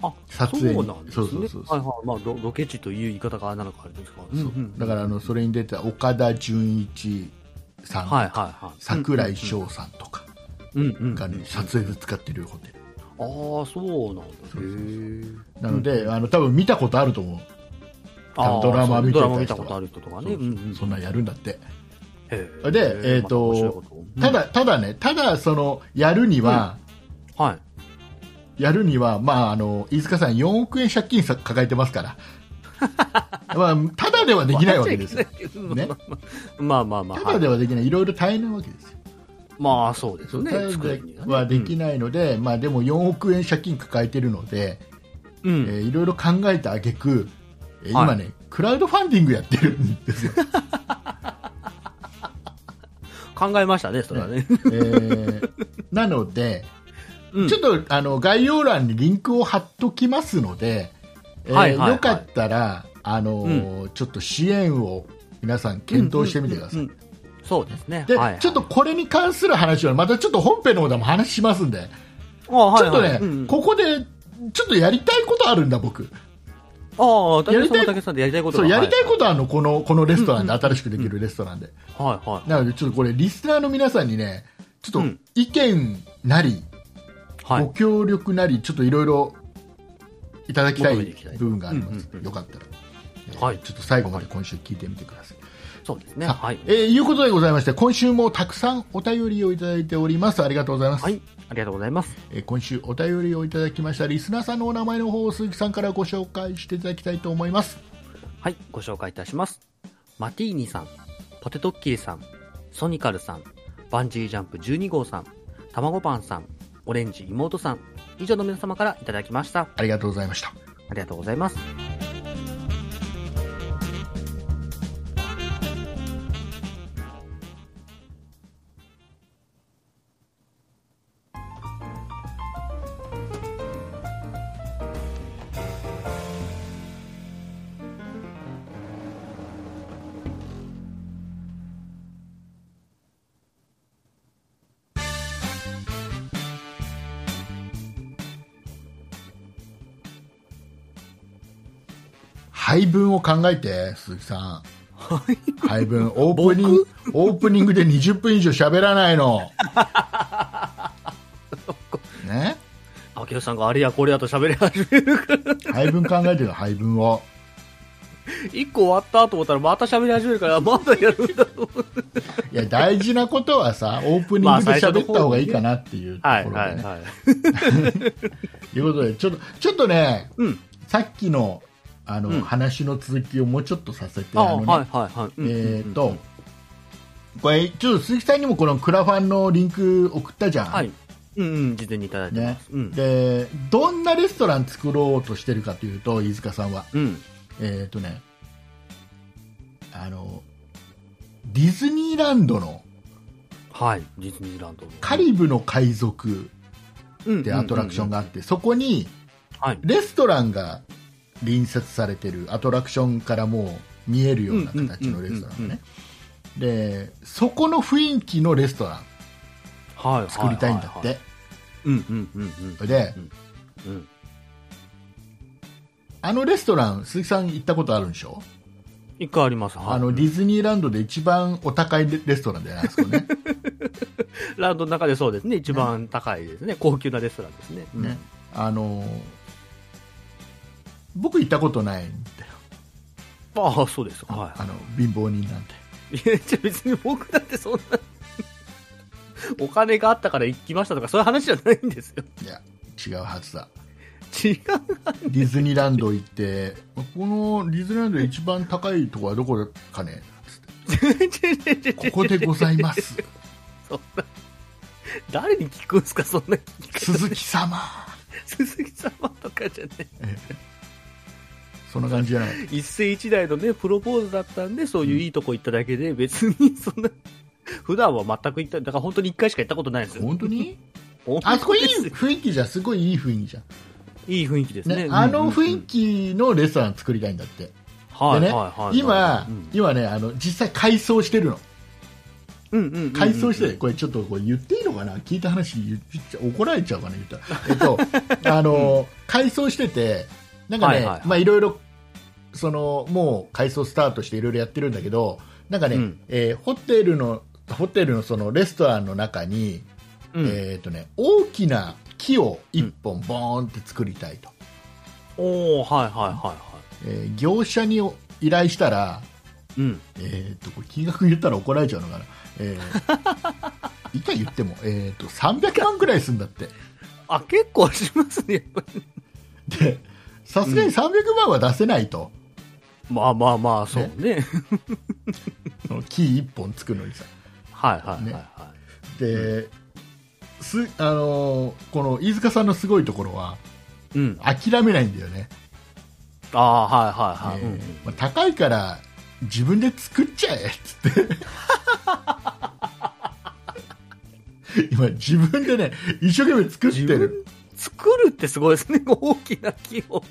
Speaker 3: あ
Speaker 2: 撮影に
Speaker 3: そうなんですね
Speaker 2: そうそうそうそう
Speaker 3: はいはいまあ、ロロケ地という言い方がなのかあれですか、
Speaker 2: そうだからあのそれに出てた岡田准一さん、
Speaker 3: はいはいはい
Speaker 2: 桜井翔さんとか
Speaker 3: うんうんうん、
Speaker 2: が、ね撮影で使ってるホテル
Speaker 3: ああそうなんだ
Speaker 2: そうそうそう
Speaker 3: へえ
Speaker 2: なので、あの多分見たことあると思う
Speaker 3: あー
Speaker 2: ドラマ見てた人
Speaker 3: ド
Speaker 2: は
Speaker 3: ラマ見たことある人とかね
Speaker 2: そうそうそんなんやるんだって、で
Speaker 3: で
Speaker 2: えーとた、だただねただそのやるには、
Speaker 3: うんはい
Speaker 2: やるには、まあ、あの飯塚さん4億円借金さ抱えてます からまあただではできないわけですよね
Speaker 3: ね、まあまあまあ、
Speaker 2: た
Speaker 3: は
Speaker 2: だ
Speaker 3: い
Speaker 2: ではできないいろいろ大変なわけですよ
Speaker 3: まあそうですね
Speaker 2: ただで
Speaker 3: 作るに
Speaker 2: はで
Speaker 3: ね
Speaker 2: きないので、まあ、でも4億円借金抱えてるので、
Speaker 3: うん、う
Speaker 2: え
Speaker 3: ん
Speaker 2: ーいろいろ考えた挙句えー
Speaker 3: はい
Speaker 2: 今ね、クラウドファンディングやってるんですよ、
Speaker 3: 考えましたねそれはね、
Speaker 2: えーなので、
Speaker 3: うん、
Speaker 2: ちょっとあの概要欄にリンクを貼っときますので、えー
Speaker 3: はいはいはい
Speaker 2: よかったら、あのーちょっと支援を皆さん検討してみてください。
Speaker 3: うんうんうんうんそうですね
Speaker 2: で、
Speaker 3: はいはい、
Speaker 2: ちょっとこれに関する話はまたちょっと本編の方でも話しますんで、
Speaker 3: あーはい
Speaker 2: ちょっと
Speaker 3: はい
Speaker 2: ね、
Speaker 3: うんうん
Speaker 2: ここでちょっとやりたいことあるんだ僕
Speaker 3: ああ、
Speaker 2: や
Speaker 3: や
Speaker 2: り
Speaker 3: り
Speaker 2: たい
Speaker 3: たい竹さんでやりたいこと
Speaker 2: そう
Speaker 3: が
Speaker 2: やりたい
Speaker 3: は
Speaker 2: ことあるのこのこのレストランで、
Speaker 3: うん
Speaker 2: 新しくできるレストランで、
Speaker 3: いはいは
Speaker 2: なのでちょっとこれリスナーの皆さんにねちょ
Speaker 3: う
Speaker 2: っ
Speaker 3: ん
Speaker 2: と意見なり、
Speaker 3: い。はい
Speaker 2: ご協力なりちょっといろいろいただきたい
Speaker 3: 求めていきたい
Speaker 2: 部分があります、
Speaker 3: うんうんうん
Speaker 2: よかったら、えー
Speaker 3: はい
Speaker 2: ちょっと最後まで今週聞いてみてください、
Speaker 3: そうですね。
Speaker 2: さあ
Speaker 3: はい。
Speaker 2: えーいうことでございまして今週もたくさんお便りをいただいておりますありがとうございます、
Speaker 3: はい。ありがとうございます。
Speaker 2: えー今週お便りをいただきましたリスナーさんのお名前の方を鈴木さんからご紹介していただきたいと思います
Speaker 3: はい。ご紹介いたします。マティーニさん、ポテトッキーさん、ソニカルさん、バンジージャンプ12号さん、たまごパンさん、オレンジ妹さん、以上の皆様からいただきました。
Speaker 2: ありがとうございました
Speaker 3: ありがとうございます。
Speaker 2: 配分を考えて鈴木さん配分オープニングオープニングで20分以上喋らない のね
Speaker 3: あきろさんがあれやこれやと喋り始める から、
Speaker 2: 配分考えてる配分を
Speaker 3: 一個終わったと思ったらまた喋り始めるから、まだやるんだと思って。
Speaker 2: いや大事なことはさオープニングで喋った方がいいかなっていうとこ
Speaker 3: はい
Speaker 2: ろ
Speaker 3: は
Speaker 2: で
Speaker 3: い
Speaker 2: ね。
Speaker 3: はい。
Speaker 2: ということでちょっとちょっとね
Speaker 3: うん。
Speaker 2: さっきのあの、
Speaker 3: うん
Speaker 2: 話の続きをもうちょっとさせて
Speaker 3: あ
Speaker 2: あの
Speaker 3: はい
Speaker 2: ね、
Speaker 3: はいはい。うんうんうん
Speaker 2: えーとこれちょっと鈴木さんにもこのクラファンのリンク送ったじゃん、
Speaker 3: はい。うんうん、事前にいただいてま
Speaker 2: ね
Speaker 3: す。うん。
Speaker 2: でどんなレストラン作ろうとしてるかというと飯塚さんは
Speaker 3: うん。
Speaker 2: えっ、とねあのディズニーランドの
Speaker 3: はい。ディズニーランドの。
Speaker 2: カリブの海賊
Speaker 3: っ
Speaker 2: ってアトラクションがあ
Speaker 3: っ
Speaker 2: って、そこに
Speaker 3: はい。
Speaker 2: レストランが隣接されてるアトラクションからもう見えるような形のレストランねでそこの雰囲気のレストラン
Speaker 3: はい。
Speaker 2: 作りたいんだって、
Speaker 3: ははは。うんうんうんうん
Speaker 2: で
Speaker 3: うん。
Speaker 2: あのレストラン鈴木さん行ったことあるんでしょ、
Speaker 3: 一回あります。はい
Speaker 2: あのディズニーランドで一番お高いレレストランじゃないですかね
Speaker 3: ランドの中でそうですね。一番高いですね。高級なレストランですね。うん
Speaker 2: ね。あの僕行ったことないんだよ
Speaker 3: ああ、そうです。は
Speaker 2: あの貧乏人なんて
Speaker 3: い。いや、じゃあ別に僕だってそんな。お金があったから行きましたとか、そういう話じゃないんですよ。
Speaker 2: いや違うはずだ
Speaker 3: 違う。
Speaker 2: ディズニーランド行って、このディズニーランドで一番高いとこはどこかね、
Speaker 3: 違う違う違う
Speaker 2: ここでござい ます、
Speaker 3: そんな誰に聞くんですか、そんな聞き方
Speaker 2: 鈴木様、
Speaker 3: 鈴木様とかじゃね。
Speaker 2: そんな感じじゃない、
Speaker 3: 一世一代のね、プロポーズだったんで、そういういいとこ行っただけで、別にそんな、普段は全く行った、だから本当に一回しか行ったことないんですよ。
Speaker 2: 本当に
Speaker 3: 本当
Speaker 2: あ
Speaker 3: に
Speaker 2: そこいい
Speaker 3: です
Speaker 2: 雰囲気じゃん、すごいいい雰囲気じゃん、
Speaker 3: いい雰囲気ですね。
Speaker 2: ねあの雰
Speaker 3: うんうん
Speaker 2: 囲気のレストラン作りたいんだって、
Speaker 3: うんはい
Speaker 2: でね
Speaker 3: はいはいはい、
Speaker 2: 今
Speaker 3: うん、
Speaker 2: 今ねあの、実際改装してるの、
Speaker 3: うんうんうんうん
Speaker 2: 回想して、これちょっとこれ言っていいのかな聞いた話言っちゃ怒られちゃうかな言ったら。え っと、あの、回想してて、なんかね、
Speaker 3: はいはいはい
Speaker 2: まあいろいろ、その、もう回想スタートしていろいろやってるんだけど、なんかね、
Speaker 3: うん
Speaker 2: えーホテルの、ホテルのそのレストランの中に、
Speaker 3: うん
Speaker 2: えーっとね、大きな木を一本ボーンって作りたいと。
Speaker 3: おおはいはいはいは
Speaker 2: えー業者に依頼したら、
Speaker 3: いうん
Speaker 2: えー、とこれ金額言ったら怒られちゃうのかな、え ー、いくら言っても、えー、と300万ぐらいするんだって
Speaker 3: あ結構しますねやっぱり
Speaker 2: でさすがに300万は出せないと、
Speaker 3: まあまあまあそうね
Speaker 2: その木1本作るのにさ
Speaker 3: はいはいはいはい、
Speaker 2: ですあのーこの飯塚さんのすごいところは
Speaker 3: うん
Speaker 2: 諦めないんだよね、
Speaker 3: ああはいはいはい、
Speaker 2: えー
Speaker 3: うん
Speaker 2: まあ、高いから自分で作っちゃえっつ って今自分でね一生懸命作って
Speaker 3: 自
Speaker 2: る
Speaker 3: 分作るってすごいですね 大きな木を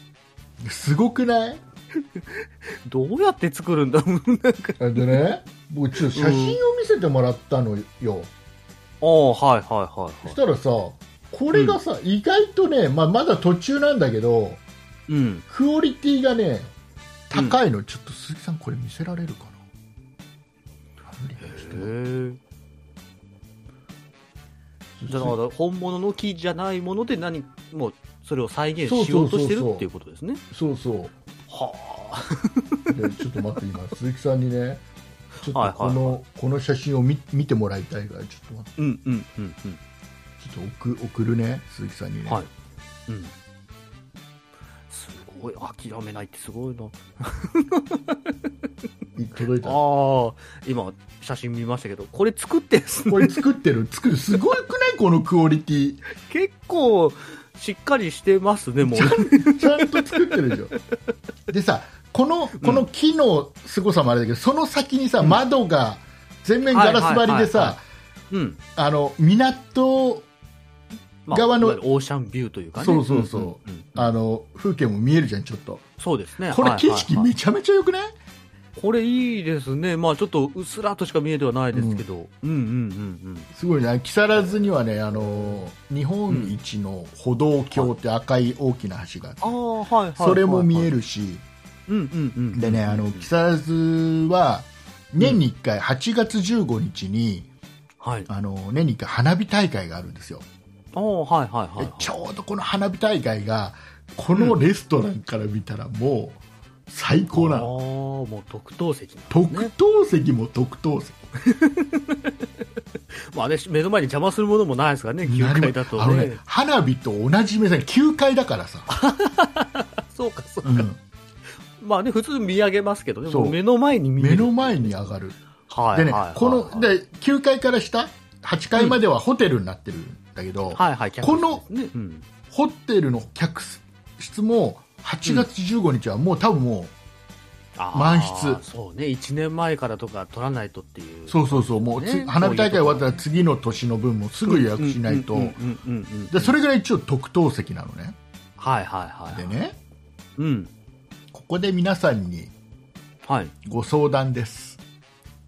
Speaker 2: すごくない
Speaker 3: どうやって作るんだろう なんか
Speaker 2: でね、僕ちょっと写真を見せてもらったのよ、
Speaker 3: ああはいはいはい
Speaker 2: そ
Speaker 3: は
Speaker 2: したらさ、これがさ、意外とね、まあ、まだ途中なんだけど、
Speaker 3: いうん
Speaker 2: クオリティがね、高いの、ちょっと鈴木さん、これ見せられるかな、無理かもしれない
Speaker 3: へえだから本物の木じゃないもので何もうそれを再現しようとしてるっていうことですね
Speaker 2: そうそ
Speaker 3: はあ
Speaker 2: う、でちょっと待って、 今、鈴木さんにね、ちょっとこの,、
Speaker 3: はいはい
Speaker 2: この写真を見見てもらいたいから、ちょっと待って
Speaker 3: うんうんうんう
Speaker 2: ちょっと送送るね、鈴木さんにね。
Speaker 3: んはいうんすごい諦めないってすごいな
Speaker 2: 届いた
Speaker 3: ああ今写真見ましたけどこれ作ってですね
Speaker 2: これ作ってる作るすごくないこのクオリティ
Speaker 3: 結構しっかりしてますねもう
Speaker 2: ちゃんと作ってるでしょ。でさ、この、この木の凄さもあれだけど、その先にさ、窓が全面ガラス張りで
Speaker 3: はいはい
Speaker 2: さ、
Speaker 3: うん
Speaker 2: あの、港、
Speaker 3: まあ
Speaker 2: 側の
Speaker 3: いわゆるオーシャンビューというかね
Speaker 2: そうそうそ
Speaker 3: んんん
Speaker 2: あの、風景も見えるじゃん、ちょっと。
Speaker 3: そうですね
Speaker 2: これ
Speaker 3: はい
Speaker 2: 景
Speaker 3: はい
Speaker 2: 色
Speaker 3: はい
Speaker 2: めちゃめちゃ良くない
Speaker 3: これいいですね、まあ、ちょっとうっすらとしか見えてはないですけど、うん、うんうん
Speaker 2: すごいね。木更津にはね、あの、日本一の歩道橋って赤い大きな橋があって、
Speaker 3: うん、ああ、はい、はいはい
Speaker 2: それも見え
Speaker 3: る、
Speaker 2: るし、
Speaker 3: うんうんうん、
Speaker 2: でね、あの、木更津は、年に1回、8月15日に、
Speaker 3: はい、あ
Speaker 2: あの、年に1回花火大会があるんですよ。
Speaker 3: あ、はいはいはい、はい
Speaker 2: で、ちょうどこの花火大会がこのレストランから見たらもう最高な
Speaker 3: ああ、
Speaker 2: の、
Speaker 3: もう特等席なんですね、
Speaker 2: 特等席も特等席、
Speaker 3: まあね、目の前に邪魔するものもないですからね、9階だと
Speaker 2: あの
Speaker 3: ね、
Speaker 2: ね花火と同じ目線9階だからさ、
Speaker 3: そうか、そうか、
Speaker 2: うん
Speaker 3: まあね、普通見上げますけどね、
Speaker 2: そう
Speaker 3: もう目の前に見え
Speaker 2: 目
Speaker 3: る、
Speaker 2: の前に上がる、
Speaker 3: はい、
Speaker 2: でね、
Speaker 3: はいはいはい、
Speaker 2: こので9階から下8階まではホテルになってるんだけど、
Speaker 3: はいはい、客
Speaker 2: この
Speaker 3: 席ですね、うん、
Speaker 2: ホテルの客室も8月15日はもう多分も
Speaker 3: あー
Speaker 2: 満室、
Speaker 3: そうね、1年前からとか取らないとっていうう、
Speaker 2: そうそうそうもうつ
Speaker 3: ね
Speaker 2: 花火大会終わったら次の年の分もすぐ予約しないと、
Speaker 3: うんうんうんうんうんうん
Speaker 2: でそれぐらい一応特等席なのね。
Speaker 3: はいはいはい、
Speaker 2: で、ね、
Speaker 3: うん、
Speaker 2: ここで皆さんに
Speaker 3: はい。
Speaker 2: ご相談です。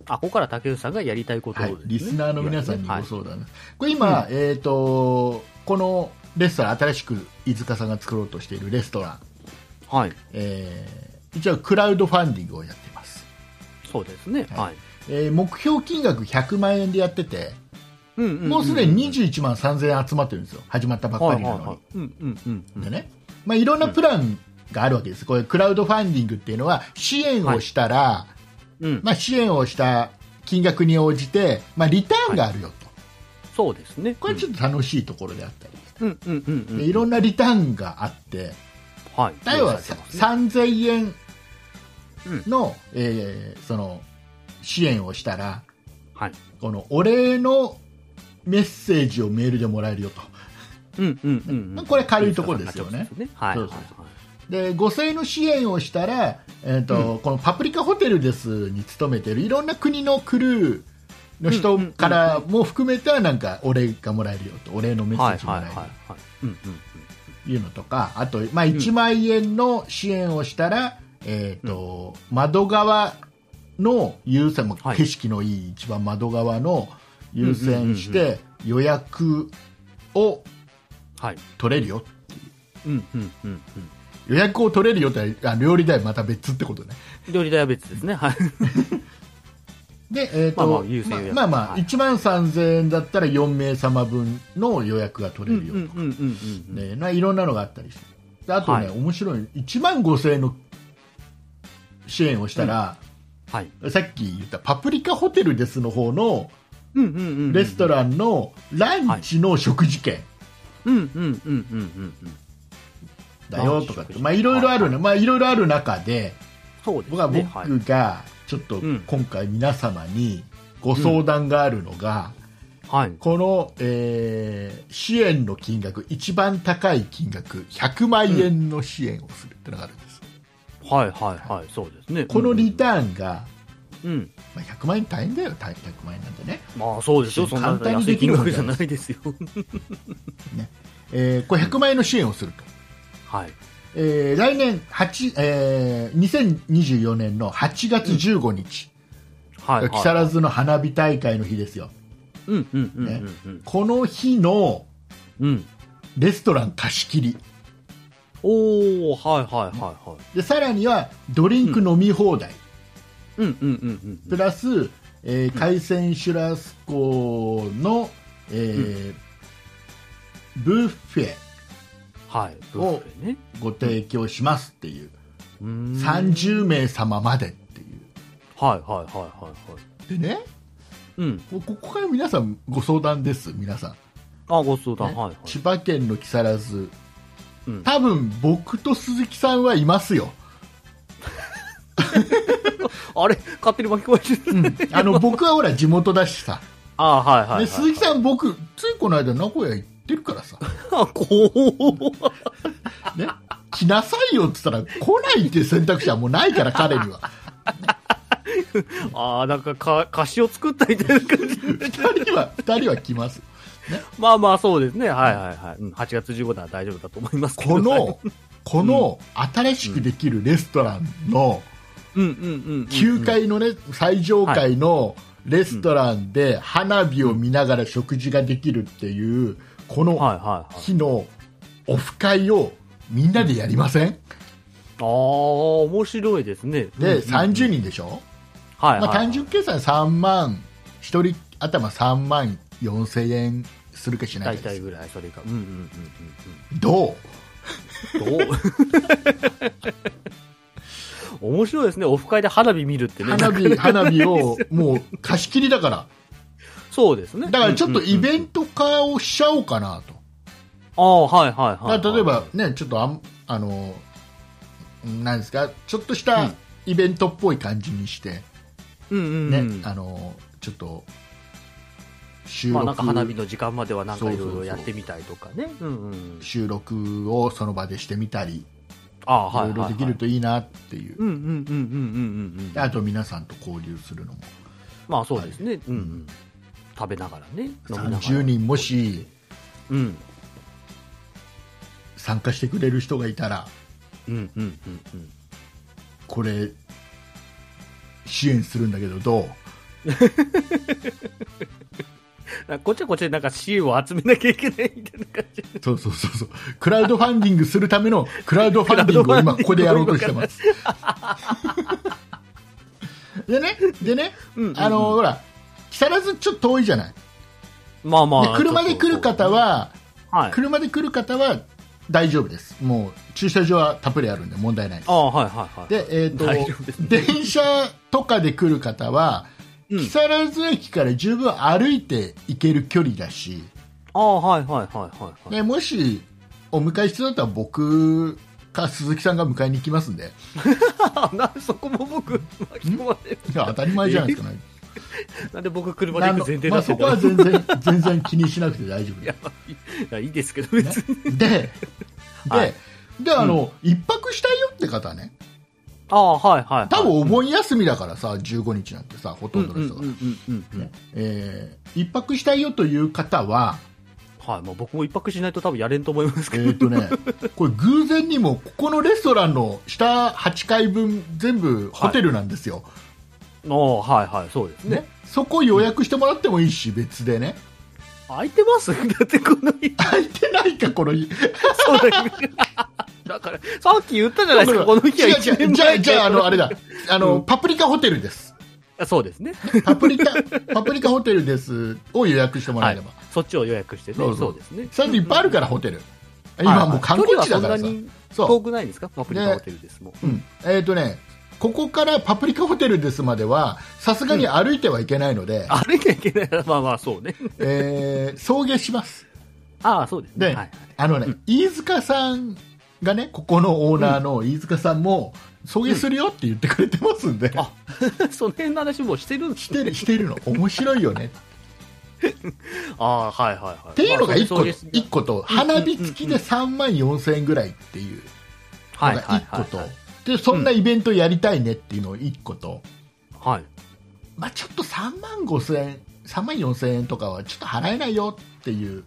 Speaker 3: あ、ここから竹内さんがやりたいことを
Speaker 2: は
Speaker 3: で
Speaker 2: い
Speaker 3: すね、
Speaker 2: リスナーの皆さんに
Speaker 3: は
Speaker 2: ご
Speaker 3: い、
Speaker 2: 相談です。これ今、えっ、と、このレストラン、新しく飯塚さんが作ろうとしているレストラン、
Speaker 3: はい。
Speaker 2: えー一応クラウドファンディングをやっています。
Speaker 3: そうですね。
Speaker 2: は
Speaker 3: はい。
Speaker 2: えー目標金額100万円でやってて、
Speaker 3: うんうんん
Speaker 2: もうすでに21万3000円集まってるんですよ。始まったばっかりなのに。
Speaker 3: はいはいはいうんうんうんうん。
Speaker 2: でね、まあ、いろんなプランがあるわけです。これクラウドファンディングっていうのは支援をしたら、
Speaker 3: うん。
Speaker 2: まあ、支援をした金額に応じて、まあ、リターンがあるよと、
Speaker 3: そうですね。
Speaker 2: これちょっと楽しいところであったり、
Speaker 3: うんうんうんうん。
Speaker 2: でいろんなリターンがあって
Speaker 3: はい。
Speaker 2: 例えば
Speaker 3: されてますね
Speaker 2: 3000円の,、えーその支援をしたら
Speaker 3: はい。
Speaker 2: このお礼のメッセージをメールでもらえるよと
Speaker 3: うんうんうんう
Speaker 2: まあ
Speaker 3: ん。
Speaker 2: これ軽いところですよね
Speaker 3: 竹内さんが直接ねはい。
Speaker 2: そうそう
Speaker 3: はいはい
Speaker 2: で5000円の支援をしたら、えーとこのパプリカホテルですに勤めているいろんな国のクルーの人からも含めたなんかお礼がもらえるよとお礼のメッ
Speaker 3: はい
Speaker 2: セージも
Speaker 3: は
Speaker 2: ら
Speaker 3: い
Speaker 2: える
Speaker 3: はいはい。うんうんうん。
Speaker 2: いうのとかあと、まあ、1万円の支援をしたら、えーと窓側の優先も
Speaker 3: はい
Speaker 2: 景色のいい一番窓側の優先し
Speaker 3: うんうん
Speaker 2: て予約を
Speaker 3: はい。
Speaker 2: 取れるよ
Speaker 3: うん、うん、うん、
Speaker 2: 予約を取れるよってあ料理代また別ってことね
Speaker 3: うん。料理代は別ですね。はい。
Speaker 2: で、えーと
Speaker 3: まあまあ優先予約
Speaker 2: まあまあまあ
Speaker 3: はい
Speaker 2: 1万3000円だったら4名様分の予約が取れるよとか、
Speaker 3: うんうん
Speaker 2: ねまあ、いろんなのがあったりしてであとね、
Speaker 3: はい
Speaker 2: 面白い1万5000円の支援をしたら、
Speaker 3: はい。
Speaker 2: さっき言ったパプリカホテルですの方の
Speaker 3: うんうんうん。
Speaker 2: レストランのランチの食事券
Speaker 3: ン。うんうんうんうんうんうん。
Speaker 2: だよとかって、
Speaker 3: はい
Speaker 2: まあ、いろいろあるね、まあ、いろいろある中で
Speaker 3: そうです
Speaker 2: 僕は
Speaker 3: ね。はい。
Speaker 2: 僕がちょっと
Speaker 3: うん
Speaker 2: 今回皆様にご相談があるのが、
Speaker 3: はい。
Speaker 2: この、えー支援の金額一番高い金額100万円の支援をするってのがあるんです、
Speaker 3: はいはいはい。そうですね。
Speaker 2: このリ
Speaker 3: ー
Speaker 2: ターンが、
Speaker 3: うん。
Speaker 2: まあ、100万円大変だよ大100万円なんてね、
Speaker 3: まあそうですよ。そんな
Speaker 2: 簡単に
Speaker 3: 安
Speaker 2: で
Speaker 3: い
Speaker 2: き
Speaker 3: 金
Speaker 2: るもん
Speaker 3: 額
Speaker 2: じ
Speaker 3: じ
Speaker 2: ゃ
Speaker 3: ゃ
Speaker 2: ない
Speaker 3: ないですよ。
Speaker 2: えーこれ100万円の支援をすると、
Speaker 3: はい。
Speaker 2: えー来年8、えー2024年の8月15日、
Speaker 3: はい。
Speaker 2: 木更津の花火大会の日ですよ
Speaker 3: うんうんうんうん
Speaker 2: この日の
Speaker 3: うん。うん。
Speaker 2: レストラン貸し切り
Speaker 3: おー、はいはいはいはい。
Speaker 2: でさらにはドリンク飲み放題、
Speaker 3: うんうんうんう
Speaker 2: プ
Speaker 3: ん。
Speaker 2: ラス、えー海鮮シュラスコの、えーブッフェ
Speaker 3: はい。
Speaker 2: を
Speaker 3: ブッフェね。
Speaker 2: ご提供しますっていう、
Speaker 3: うーん
Speaker 2: 30名様までってい
Speaker 3: はいはいはいはいは
Speaker 2: うでね
Speaker 3: い。うん。
Speaker 2: こここから皆さんご相談です皆さん、
Speaker 3: あ、ご相談、
Speaker 2: ね
Speaker 3: はいはい。
Speaker 2: 千葉県の木更津
Speaker 3: うん
Speaker 2: 多分僕と鈴木さんはいますよ、
Speaker 3: あれ勝手に巻き込まれてる。
Speaker 2: あの僕はほら地元だしさ、
Speaker 3: あー、はいはいはいはい。
Speaker 2: で鈴木さ
Speaker 3: ん。
Speaker 2: ん僕ついこの間名古屋行ってるからさ
Speaker 3: あ、こう。
Speaker 2: ね、来なさいよって言ったら来ないっていう選択肢はもうないから彼には
Speaker 3: ああ、なんかか、歌詞を作ったみたいな感じ。
Speaker 2: 二人は二人は来ます
Speaker 3: まあまあ、そうですね。はいはいはい。うん、8月15日なら大丈夫だと思いますけど。
Speaker 2: こ、のこの新しくできるレストランの
Speaker 3: うんうんうんうん。
Speaker 2: 9。階のね最上階のレストランで花火を見ながら食事ができるっていうこ
Speaker 3: はい
Speaker 2: の
Speaker 3: はいはい。
Speaker 2: 日のオフ会をみんなでやりません
Speaker 3: ああ、面白いですね。うんうん
Speaker 2: で
Speaker 3: うん
Speaker 2: 30人でしょ、
Speaker 3: はいはい
Speaker 2: ま
Speaker 3: は
Speaker 2: あ、
Speaker 3: い。
Speaker 2: 単純計算3万1人頭3万4000円するかしない
Speaker 3: 大
Speaker 2: かで
Speaker 3: 体
Speaker 2: す
Speaker 3: ぐらい、それが。うんうん
Speaker 2: どう
Speaker 3: うん うんうん。どう面白いですね。オフ会で花火見るってね。
Speaker 2: 花火花火をもう貸し切りだから
Speaker 3: そうですね。
Speaker 2: だからちょっとイベ
Speaker 3: ト。
Speaker 2: ント化をしちゃおうかなと、
Speaker 3: ああ、はいはいは
Speaker 2: だ
Speaker 3: い。
Speaker 2: から例えば、ねちょっとあんあのなんですかちょっとし
Speaker 3: う
Speaker 2: た
Speaker 3: ん
Speaker 2: イベントっぽい感じにして、
Speaker 3: うんうん
Speaker 2: ね
Speaker 3: うん。
Speaker 2: あのちょっと収
Speaker 3: まあなんか
Speaker 2: 録、
Speaker 3: 花火の時間まではなんかい
Speaker 2: そうそ
Speaker 3: ろい
Speaker 2: うそ
Speaker 3: ろ
Speaker 2: う
Speaker 3: やってみたいとかね。うんうん。
Speaker 2: 収録をその場でしてみたり
Speaker 3: ああ、
Speaker 2: いろ
Speaker 3: はいはいい
Speaker 2: ろ
Speaker 3: はい。
Speaker 2: できるといいなっていう、
Speaker 3: うんうんうんうんうんうんうん。
Speaker 2: あと皆さんと交流するのも
Speaker 3: まあそうですね。うんうん。食べながらね。飲みながら
Speaker 2: 30人も。し
Speaker 3: うん。
Speaker 2: 参加してくれる人がいたら
Speaker 3: うんうんうんうん。
Speaker 2: これ支援するんだけどどう
Speaker 3: なんかこっちはこっちでなんか支援を集めなきゃいけないみたいな感じ。
Speaker 2: そうそうそうそう。クラウドファンディングするためのクラウドファンディングを今ここでやろうとしてます。でね、でね、
Speaker 3: うんうんうん
Speaker 2: あのほら、木更津ちょっと遠いじゃない。
Speaker 3: まあま
Speaker 2: で
Speaker 3: あ。
Speaker 2: 車で来る方は、
Speaker 3: はい。
Speaker 2: 車で来る方は大丈夫です。もう駐車場はたっぷりあるんで問題ないです
Speaker 3: あ。あ、はいはいはい。
Speaker 2: で、えっ、
Speaker 3: 大丈夫です
Speaker 2: と、電車とかで来る方は、
Speaker 3: うん
Speaker 2: 木更津駅から十分歩いて行ける距離だし、
Speaker 3: ああ、はいはいはいはいはい。
Speaker 2: ね、もしお迎え必要だったら僕か鈴木さんが迎えに行きますんで
Speaker 3: あなんでそこも僕、巻き込まれる。
Speaker 2: いや当たり前じゃないですか、ね、
Speaker 3: なんで僕車で
Speaker 2: あ
Speaker 3: 行
Speaker 2: の
Speaker 3: く前提
Speaker 2: ま
Speaker 3: だ
Speaker 2: あ、
Speaker 3: った
Speaker 2: そ
Speaker 3: ん
Speaker 2: こ
Speaker 3: だろ
Speaker 2: は
Speaker 3: う
Speaker 2: 全然全然気にしなくて大丈夫
Speaker 3: い
Speaker 2: で
Speaker 3: や、まあいいいやいいですけど、別に。
Speaker 2: すでで,、
Speaker 3: はい
Speaker 2: であの、一泊したいよって方はね
Speaker 3: ああ、はいはいはい。
Speaker 2: 多分お盆休みだからさ15日なんてさほと
Speaker 3: うん
Speaker 2: ん
Speaker 3: う
Speaker 2: ど
Speaker 3: んう
Speaker 2: の人
Speaker 3: ん
Speaker 2: が、
Speaker 3: うんうんうん。
Speaker 2: えー一泊したいよという方は
Speaker 3: はい、まあ僕も一泊しないと多分やれんと思います
Speaker 2: え
Speaker 3: け
Speaker 2: っ、と
Speaker 3: ど。
Speaker 2: ねこれ偶然にもここのレストランの下8階分全部ホテルなんですよ、
Speaker 3: おーはいはい、そうですね。
Speaker 2: ね、そこ予約してもらってもいいし、別でね。
Speaker 3: 空いてますだってこの日、
Speaker 2: 空いてないか、この 日。
Speaker 3: そうだよだから、さっき言ったじゃないですか、この日は
Speaker 2: 違う
Speaker 3: 1
Speaker 2: 違
Speaker 3: 年
Speaker 2: うじゃあ、
Speaker 3: 前
Speaker 2: じゃあ、あの、あれだ。あの、
Speaker 3: うん
Speaker 2: パプリカホテルです。
Speaker 3: あそうですね。
Speaker 2: パプリカ、パプリカホテルですを予約してもら
Speaker 3: は
Speaker 2: えれ
Speaker 3: い
Speaker 2: ば。。
Speaker 3: そっちを予約してね。
Speaker 2: そ
Speaker 3: そうう
Speaker 2: そう
Speaker 3: ですね。
Speaker 2: さらにいっぱいあるから、ホテル。今もう観光地だからさ
Speaker 3: 距離はそ。んなに
Speaker 2: そ
Speaker 3: 遠くないですかパプリカホテルですもん。
Speaker 2: う。うん。えっ、とね、ここからパプリカホテルですまでは、さすがに歩いてはいけないので、
Speaker 3: 歩いていけない。まあまあ、そうね。
Speaker 2: えー送迎します。
Speaker 3: ああ、そうです
Speaker 2: で
Speaker 3: ね。はいはい。
Speaker 2: あのね、飯塚さんがね、ここのオーナーの飯塚さんも、送迎するよって言ってくれてますんで、
Speaker 3: あ その辺の話もうしてるんで
Speaker 2: し
Speaker 3: すね
Speaker 2: てる、してるの。面白いよね。
Speaker 3: ああ、はいはいはい。
Speaker 2: っていうのが
Speaker 3: まあ
Speaker 2: 一
Speaker 3: そう
Speaker 2: 個
Speaker 3: で
Speaker 2: と
Speaker 3: すね
Speaker 2: 一個と、花火付きで3万4000円ぐらいっていう
Speaker 3: は
Speaker 2: の
Speaker 3: い
Speaker 2: が
Speaker 3: はい
Speaker 2: 1
Speaker 3: は
Speaker 2: 個
Speaker 3: い
Speaker 2: と
Speaker 3: はい。、
Speaker 2: で、そんなイベントやりたいねっていうのを1個と、
Speaker 3: はい。
Speaker 2: まあ、ちょっと3万5000円、3万4000円とかはちょっと払えないよっていう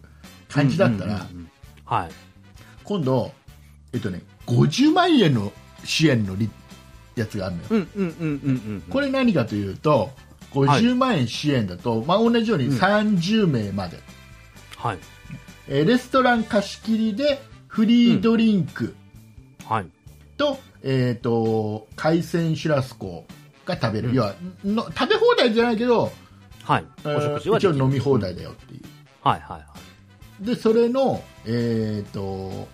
Speaker 2: 感じだったら、
Speaker 3: うんうんうんうん。はい。
Speaker 2: 今度、えっとね、50万円の支援のりやつがあるのよ。
Speaker 3: うんうんうんうんうん。
Speaker 2: これ何かというと、50万円支援だと、まあ、同じように
Speaker 3: うん
Speaker 2: 30名まで、
Speaker 3: はい。
Speaker 2: えーレストラン貸し切りでフリードリンク
Speaker 3: はい。
Speaker 2: と,、えー、と海鮮シュラスコが食べる、
Speaker 3: うん
Speaker 2: 要はの食べ放題じゃないけど、
Speaker 3: はい。
Speaker 2: えー
Speaker 3: お食事はで
Speaker 2: 一応
Speaker 3: きる。
Speaker 2: 飲み放題だよっていう。
Speaker 3: はいはいはい。
Speaker 2: でそれの、えー、と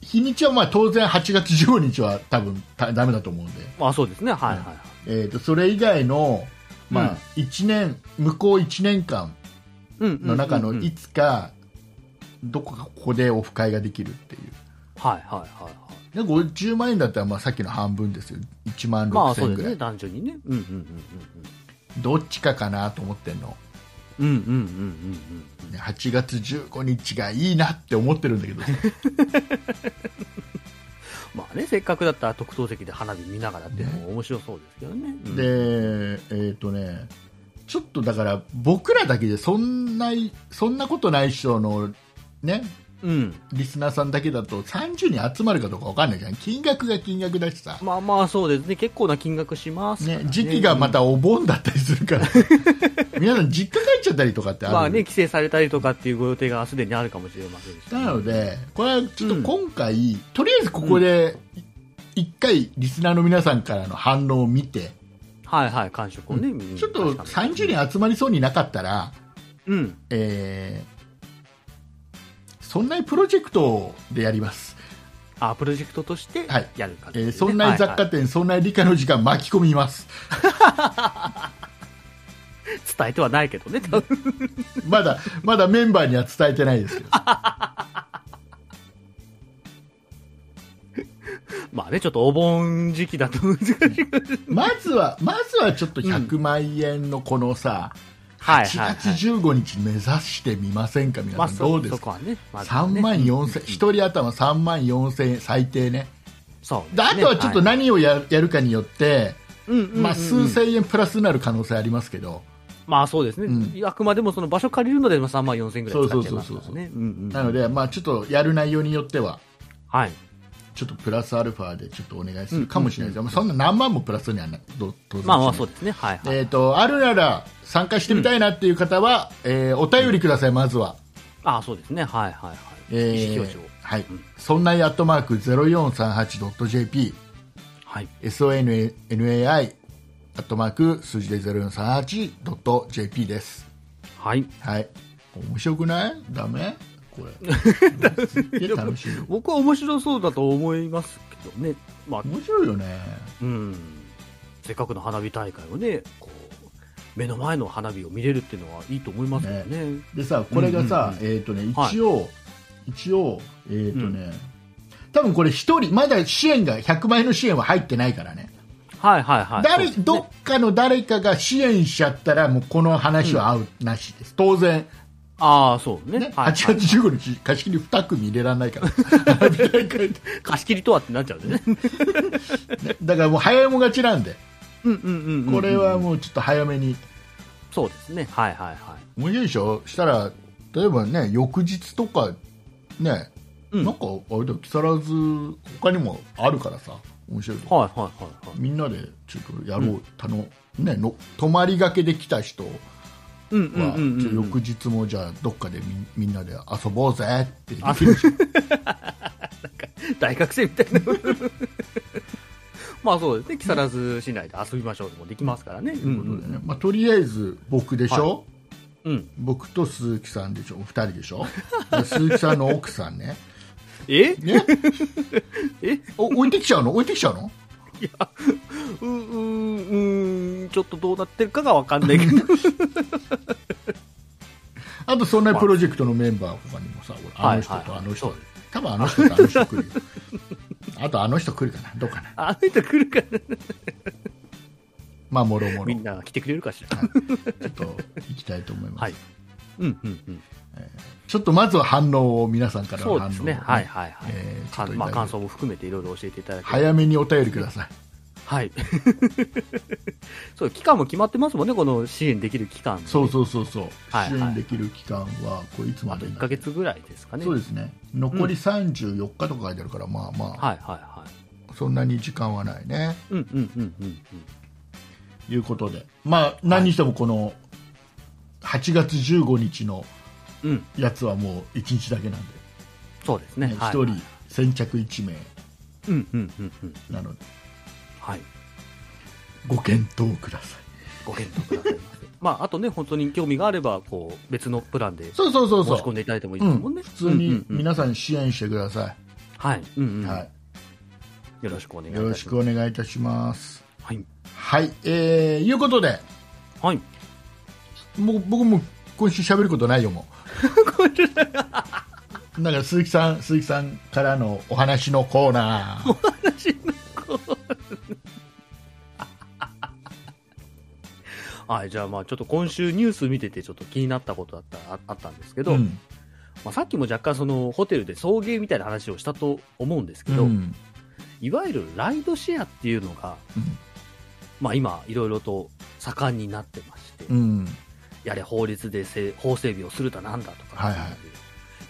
Speaker 2: 日にちはまあ当然8月15日は多分たダメだと思うんで、
Speaker 3: まあそうですね。はいはいはい。
Speaker 2: えー、とそれ以外の、ま
Speaker 3: う
Speaker 2: あ
Speaker 3: ん、
Speaker 2: 一年向こう1年間
Speaker 3: うんうんうんうん。
Speaker 2: の中のいつかどこかここでオフ会ができるっていう
Speaker 3: はいはいはいはい。
Speaker 2: で50万円だったらまあさっきの半分ですよ1万
Speaker 3: まあ
Speaker 2: 6000
Speaker 3: そう
Speaker 2: 円ぐ
Speaker 3: です
Speaker 2: らい、
Speaker 3: ね。単純にね。うんうんうん
Speaker 2: どっちかかなと思ってんの
Speaker 3: うんうん。うんうんうんうんうん。
Speaker 2: ね8月15日がいいなって思ってるんだけど
Speaker 3: まあね、せっかくだったら特等席で花火見ながらっていうのも面白そうですけどね。うん
Speaker 2: でえっ、とねちょっとだから僕らだけでそんないそんなことない人のね
Speaker 3: うん。
Speaker 2: リスナーさんだけだと30人集まるかどうかわかんないじゃん金額が金額だしさ、
Speaker 3: まあまあそうですね。結構な金額しますから
Speaker 2: ね、時期がまたお盆だったりするから皆さん実家帰っちゃったりとかってある
Speaker 3: まあね、帰省されたりとかっていうご予定がすでにあるかもしれませんし。
Speaker 2: なのでこれはちょっと今回、とりあえずここで一回リスナーの皆さんからの反応を見て、
Speaker 3: はいはい、感触をね、見に
Speaker 2: ちょっと
Speaker 3: 確かめて
Speaker 2: 30人集まりそうになかったら、
Speaker 3: うん。
Speaker 2: えーそんなプロジェクトでやります、
Speaker 3: あ、プロジェクトとして
Speaker 2: はい
Speaker 3: やる感じ
Speaker 2: え
Speaker 3: で
Speaker 2: ー
Speaker 3: すね、
Speaker 2: そんな雑貨店、
Speaker 3: はい
Speaker 2: そんな理科の時間巻き込みます
Speaker 3: はい伝えてはないけどね、多分
Speaker 2: まだまだメンバーには伝えてないですよ
Speaker 3: まあね、ちょっとお盆時期だと難 しい。
Speaker 2: まずはまずはちょっと100万円のこのさ、
Speaker 3: はいはい、は
Speaker 2: 8
Speaker 3: い。
Speaker 2: 月15日目指してみませんか、
Speaker 3: まあ
Speaker 2: 皆さん、
Speaker 3: そ
Speaker 2: どう
Speaker 3: う
Speaker 2: で
Speaker 3: そ
Speaker 2: す
Speaker 3: こ
Speaker 2: か、
Speaker 3: はね、まずはね
Speaker 2: 3万4千、1人頭3万4000円、最低ね、
Speaker 3: そう
Speaker 2: で
Speaker 3: です
Speaker 2: あ
Speaker 3: ね、
Speaker 2: とはちょっと
Speaker 3: い、
Speaker 2: 何をや,、やるかによって、
Speaker 3: うんうんうんうん
Speaker 2: まあ、数千円プラスになる可能性ありますけど、
Speaker 3: まあそうですね、
Speaker 2: う
Speaker 3: あくまでもその場所借りるので、まあ3万4000円ぐらい使っちゃいますか
Speaker 2: そうそうそうそ
Speaker 3: ら
Speaker 2: う
Speaker 3: ね。うんうん
Speaker 2: なので、まあ、ちょっとやる内容によっては、
Speaker 3: はい。
Speaker 2: ちょっとプラスアルファでちょっとお願いするかもしれないです、まあ、そんな何万もプラスにはなど当然しない
Speaker 3: まあまあそうですね、はい、はい。
Speaker 2: えー、とあるなら参加してみたいなっていう方は、えーお便りください、まずは。
Speaker 3: ああそうですね、はいはいはい。
Speaker 2: えー
Speaker 3: 意思表示を。
Speaker 2: はい
Speaker 3: うん、
Speaker 2: そんないアットマーク 0438.jp
Speaker 3: はい。
Speaker 2: sonnai アットマーク数字で 0438.jp です
Speaker 3: はい。
Speaker 2: はい面白くないダメこ れすっげえ楽しいよ
Speaker 3: 僕は面白そうだと思いますけどね。まあ、
Speaker 2: 面白いよね
Speaker 3: うん。せっかくの花火大会をね、こう、目の前の花火を見れるっていうのはいいと思いますけどね。
Speaker 2: でさこれがさ、
Speaker 3: うん
Speaker 2: えっ、とね
Speaker 3: はい
Speaker 2: 一応、一応えっ、とね、多分これ一人まだ支援が100万円の支援は入ってないからね
Speaker 3: はいはいはい。
Speaker 2: 誰
Speaker 3: そうですね
Speaker 2: どっかの誰かが支援しちゃったらもうこの話は合うなしです、当然
Speaker 3: ああ、そうね。
Speaker 2: ね、
Speaker 3: はい、
Speaker 2: 8
Speaker 3: はい。
Speaker 2: 月15日、貸し切り2組入れられないから、 花火大会で
Speaker 3: 貸し切りとはってなっちゃうんでね。
Speaker 2: だからもう早いもん勝ちなんで、
Speaker 3: うんうんうんうんうん。
Speaker 2: これはもうちょっと早めに、
Speaker 3: そうですね。はいはいはい。
Speaker 2: 面白いでしょ、したら、例えばね、翌日とか、ね、
Speaker 3: うん
Speaker 2: なんか、あれだよ、木更津、他にもあるからさ、面白い
Speaker 3: はいはいはいはい。
Speaker 2: みんなでちょっとやろう、たのね、の泊まりがけで来た人は、
Speaker 3: うんうんうんうん
Speaker 2: ちょ翌日もじゃあどっかでみみんなで遊ぼうぜってできるじゃん
Speaker 3: 大学生みたいな。 まあそうですね、木更津市内で遊びましょうでもできますからね。うん
Speaker 2: ということでねまあ、とりあえず僕でしょ、
Speaker 3: うんうん
Speaker 2: 僕と鈴木さんでしょ2人でしょで鈴木さんの奥さん ね
Speaker 3: え
Speaker 2: ね
Speaker 3: え
Speaker 2: お置いてきちゃうの置いてきちゃうの
Speaker 3: ううん、うん、ちょっとどうなってるかがわかんないけど。
Speaker 2: あとそんなプロジェクトのメンバー他にもさ俺あの人
Speaker 3: はいは
Speaker 2: と
Speaker 3: い
Speaker 2: あの人、
Speaker 3: そう
Speaker 2: 多分あの人とあの人来るよ あとあの人来るかなどうかな
Speaker 3: あの人来るから、
Speaker 2: まあもろもろ
Speaker 3: み
Speaker 2: ち
Speaker 3: んな来てくれるかしら。
Speaker 2: ょっと行きたいと思います、
Speaker 3: はい。うんうんうん。
Speaker 2: ちょっとまずは反応を皆さんからの
Speaker 3: そう
Speaker 2: 反応を
Speaker 3: ですね。はいはいはい。
Speaker 2: えーちょ
Speaker 3: か
Speaker 2: っといただいて
Speaker 3: まあ感想も含めていろいろ教えていただければ
Speaker 2: 早めにお便りください
Speaker 3: はい。 そう、期間も決まってますもんね、この支援できる期間。
Speaker 2: そうそうそうそう、
Speaker 3: はいはい
Speaker 2: 支援できる期間はこれいつま
Speaker 3: あと
Speaker 2: でにな
Speaker 3: 1ヶ
Speaker 2: る
Speaker 3: 月ぐらいですかね。
Speaker 2: そうですね残り34日とか書いてあるから、まあまあ、
Speaker 3: はいはいはい。
Speaker 2: そんなに時間はないね
Speaker 3: うんうんうんうんうん。
Speaker 2: いうことでまあ何にしてもこの8月15日の
Speaker 3: うん、
Speaker 2: やつはもう1日だけなんで、
Speaker 3: そうです
Speaker 2: ね
Speaker 3: ね。はい
Speaker 2: 1人先着1名
Speaker 3: うんうんうんうん。
Speaker 2: なので
Speaker 3: はい。
Speaker 2: ご検討ください
Speaker 3: ご検討くださいませ。まあ、あとね、本当に興味があれば、こう、別のプランで申
Speaker 2: そうそうそう
Speaker 3: し
Speaker 2: そう
Speaker 3: 込んでいただいてもいいうですもん
Speaker 2: ん
Speaker 3: ね。
Speaker 2: 普通に
Speaker 3: うんうんうん
Speaker 2: 皆さん支援してくださ
Speaker 3: はい。うんう
Speaker 2: い、
Speaker 3: ん。
Speaker 2: は
Speaker 3: よ
Speaker 2: い、
Speaker 3: ろしくお願いいた
Speaker 2: よろし
Speaker 3: し
Speaker 2: く
Speaker 3: ま
Speaker 2: お願いいたします
Speaker 3: す。はい。
Speaker 2: はいえー、いうことで
Speaker 3: はい。
Speaker 2: もう僕も今週喋ることないよも うなんか鈴木さん鈴木さんからのお話のコーナー
Speaker 3: はい、じゃあ、まあ、ちょっと今週ニュース見てて、ちょっと気になったことだった、ああったんです け
Speaker 2: う
Speaker 3: ど、
Speaker 2: ん
Speaker 3: まあ、さっきも若干、その、ホテルで送迎みたいな話をしたと思うんですけど、
Speaker 2: うん
Speaker 3: いわゆるライドシェアっていうのが、
Speaker 2: うん
Speaker 3: まあ、今、いろいろと盛んになってまして、
Speaker 2: うん
Speaker 3: やれ法律でせ法整備をするだなんだとか
Speaker 2: はいはい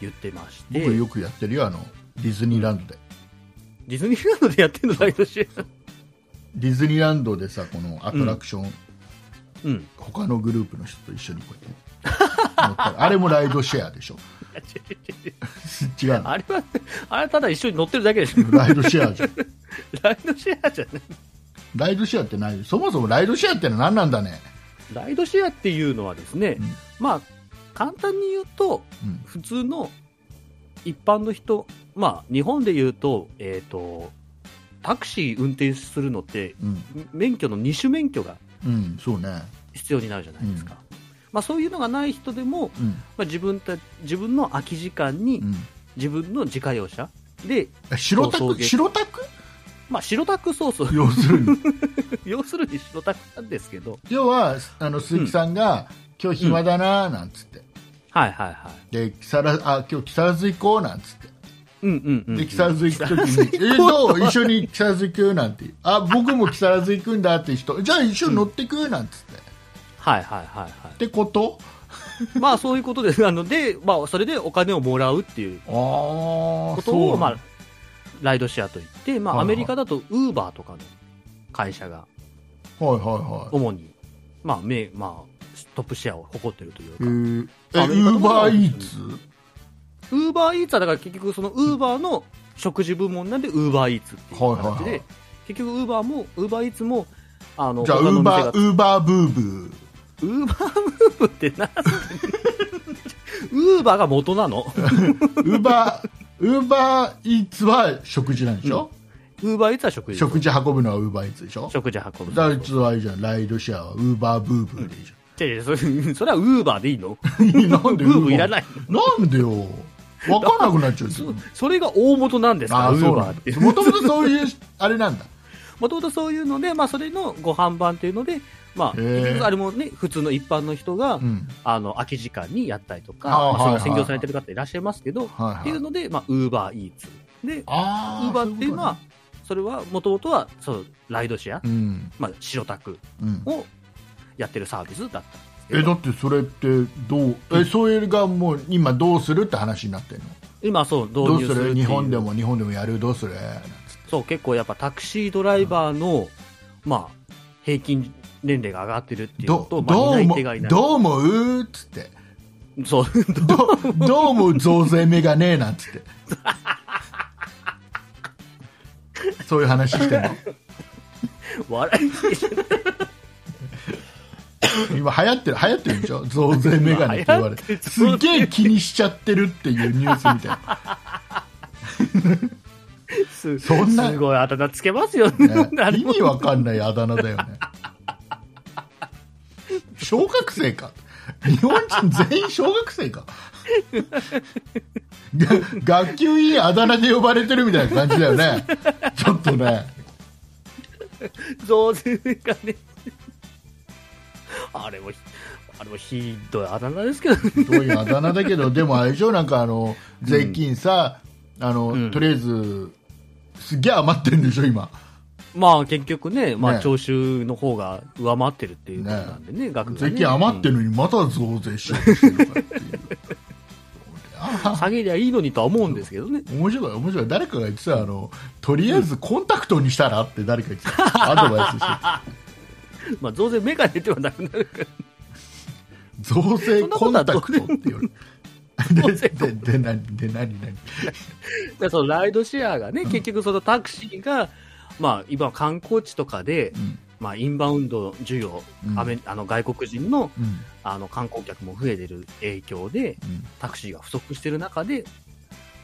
Speaker 3: 言ってまして、
Speaker 2: 僕よくやってるよあのディズニーランドで
Speaker 3: ディズニーランドでやってるのライドシェア
Speaker 2: ディズニーランドでさこのアトラクション、
Speaker 3: うん
Speaker 2: 他のグループの人と一緒にこうやって乗ったらあれもライドシェアでしょ違うの
Speaker 3: あれはあれはただ一緒に乗ってるだけでしょ
Speaker 2: ライドシェアじゃん
Speaker 3: ライドシェアじゃない
Speaker 2: ライドシェアってないそもそもライドシェアってのは何なんだね
Speaker 3: ライドシェアっていうのはですね、
Speaker 2: うん
Speaker 3: まあ簡単に言うと
Speaker 2: うん
Speaker 3: 普通の一般の人まあ日本で言うとえっ、とタクシー運転するのって
Speaker 2: うん
Speaker 3: 免許の二種免許が
Speaker 2: うんそうね
Speaker 3: 必要になるじゃないですか、まあ、そういうのがない人でも、
Speaker 2: うん
Speaker 3: まあ、自分た自分の空き時間に
Speaker 2: うん
Speaker 3: 自分の自家用車で、
Speaker 2: え白タ
Speaker 3: そう送
Speaker 2: ク
Speaker 3: 迎
Speaker 2: 白タク
Speaker 3: まあ、白タクそうそう
Speaker 2: 要するに
Speaker 3: 要するに白タクなんですけど
Speaker 2: 要はあの鈴木さんが、今日暇だなーなんつって、
Speaker 3: はいはいはい
Speaker 2: で木更津あ今日木更津行こうなんつって
Speaker 3: うんうんうん、
Speaker 2: で木更津行く時
Speaker 3: 木更津
Speaker 2: に「え
Speaker 3: 行こう
Speaker 2: どう一緒に木更津行く?」なんて「あ僕も木更津行くんだ」って人「じゃあ一緒に乗ってく?」なんつってっ
Speaker 3: はいはいはいは
Speaker 2: てこと
Speaker 3: いまあそういうことですな ので、まあ、それでお金をもらうっていう
Speaker 2: ああ
Speaker 3: ことを、まあ、ライドシェアといって、まあ、
Speaker 2: は
Speaker 3: ア
Speaker 2: いはい
Speaker 3: メリカだとウーバーとかの会社が
Speaker 2: はいはいはい
Speaker 3: 主に、まあめまあ、トップシェアを誇ってるという
Speaker 2: えーえ
Speaker 3: か、アメリ
Speaker 2: ウ
Speaker 3: カの
Speaker 2: ー
Speaker 3: もの
Speaker 2: バ
Speaker 3: なん
Speaker 2: ーイ
Speaker 3: で
Speaker 2: ーツ
Speaker 3: ウーバーイーツはだから結局そのウーバーの食事部門なんでウーバーイーツっていう
Speaker 2: はいは
Speaker 3: 形
Speaker 2: いはい
Speaker 3: で、結局ウーバーも、ウーバーイーツも、あの、
Speaker 2: じゃあウ
Speaker 3: 他
Speaker 2: ー
Speaker 3: の店が
Speaker 2: バーウーバーブーブ
Speaker 3: ウーバームーブってなんでウーバーが元 なの
Speaker 2: ーウーバー ウーバーイーツは食事なんでしょ、
Speaker 3: ウーバーイーツは食事。
Speaker 2: 食事運ぶのはウーバーイーツでしょ
Speaker 3: 食事運ぶ。
Speaker 2: だから実はいいじゃんライドシェアはウーバーブーブーでいいじ
Speaker 3: 違う違うそれそれはウーバーでいいの
Speaker 2: ゃんなんで
Speaker 3: ウ ーブいらない
Speaker 2: いなんでよ分かんなくなっちゃう
Speaker 3: のそれが大元なんですから、ウ
Speaker 2: ー
Speaker 3: ーバーって。
Speaker 2: もともとそういうあれなんだ
Speaker 3: もともとそういうので、まあ、それのご飯版っていうので、まあ、
Speaker 2: へえ
Speaker 3: 結局あれもね、普通の一般の人が、
Speaker 2: うん
Speaker 3: あの、空き時間にやったりとか、
Speaker 2: あー
Speaker 3: まあそ
Speaker 2: はい
Speaker 3: の
Speaker 2: はい
Speaker 3: 専業されてる方いらっしゃいますけど、
Speaker 2: はいはい
Speaker 3: っていうので、まあ、ウーバーイーツ。で、ウ
Speaker 2: あ
Speaker 3: ーバーっていうのは
Speaker 2: そ、
Speaker 3: それは、もともとは、そう、ライドシェア、
Speaker 2: ういうこ
Speaker 3: まあ、白タク
Speaker 2: とねうんうん
Speaker 3: をやってるサービスだったんですけ
Speaker 2: えだ
Speaker 3: ど、
Speaker 2: ってそれってどうえそれがもう今どうするって話になってるの
Speaker 3: 今、そう、
Speaker 2: どう
Speaker 3: 導入
Speaker 2: す
Speaker 3: するっ
Speaker 2: る
Speaker 3: ていう
Speaker 2: 日本でも日本でもやるどうするなんつって
Speaker 3: そう、結構やっぱタクシードライバーの、まあ、平均年齢が上がってるっていうの
Speaker 2: ど
Speaker 3: と、
Speaker 2: ど
Speaker 3: まあ、
Speaker 2: う
Speaker 3: 担い
Speaker 2: 思
Speaker 3: 手がいうない。
Speaker 2: どう思うっつって
Speaker 3: そう、ど
Speaker 2: どどう思う増税目がねえなんつ ってそういう話してんの
Speaker 3: う笑い声じ
Speaker 2: 今流行ってる流行ってるんでしょ増税メガネって言われ
Speaker 3: 流行
Speaker 2: て
Speaker 3: ってる
Speaker 2: すっげえ気にしちゃってるっていうニュースみたい な
Speaker 3: す
Speaker 2: そんな
Speaker 3: すごいあだ名つけますよね。 あれ
Speaker 2: 意味わかんないあだ名だよね小学生か日本人全員小学生か が学級委員あだ名で呼ばれてるみたいな感じだよねちょっとね
Speaker 3: 増税がね。あれもひ、あれもひどいあだ名ですけ ど、ね、
Speaker 2: どういうあだ名だけどでもあれでしょなんかあの税金さ、あの
Speaker 3: うん
Speaker 2: とりあえずすっげえ余ってるんでしょ今
Speaker 3: まあ結局ね、まあ
Speaker 2: ね
Speaker 3: 徴収の方が上回ってるっていうことなんでね、額が、ね。
Speaker 2: 税金余ってるのにまた増税しようとしてるのかっていう
Speaker 3: うん
Speaker 2: あ
Speaker 3: 下げりゃいいのにとは思うんですけどね。
Speaker 2: 面白い面白い誰かが言ってたあのとりあえずコンタクトにしたらって誰か言ってたアドバイスしてた
Speaker 3: まあ増税メガネではなくなるから。
Speaker 2: 増税
Speaker 3: そんな
Speaker 2: コ
Speaker 3: こ
Speaker 2: ン
Speaker 3: とは
Speaker 2: タ
Speaker 3: どう
Speaker 2: クトって言われて
Speaker 3: 増税
Speaker 2: ででで何で何何
Speaker 3: で そのライドシェアがね、結局そのタクシーが、まあ今観光地とかで、
Speaker 2: ん
Speaker 3: まあインバウンド需要、
Speaker 2: うん
Speaker 3: アメあの外国人の
Speaker 2: うん
Speaker 3: あの観光客も増えてる影響で、タクシーが不足してる中で、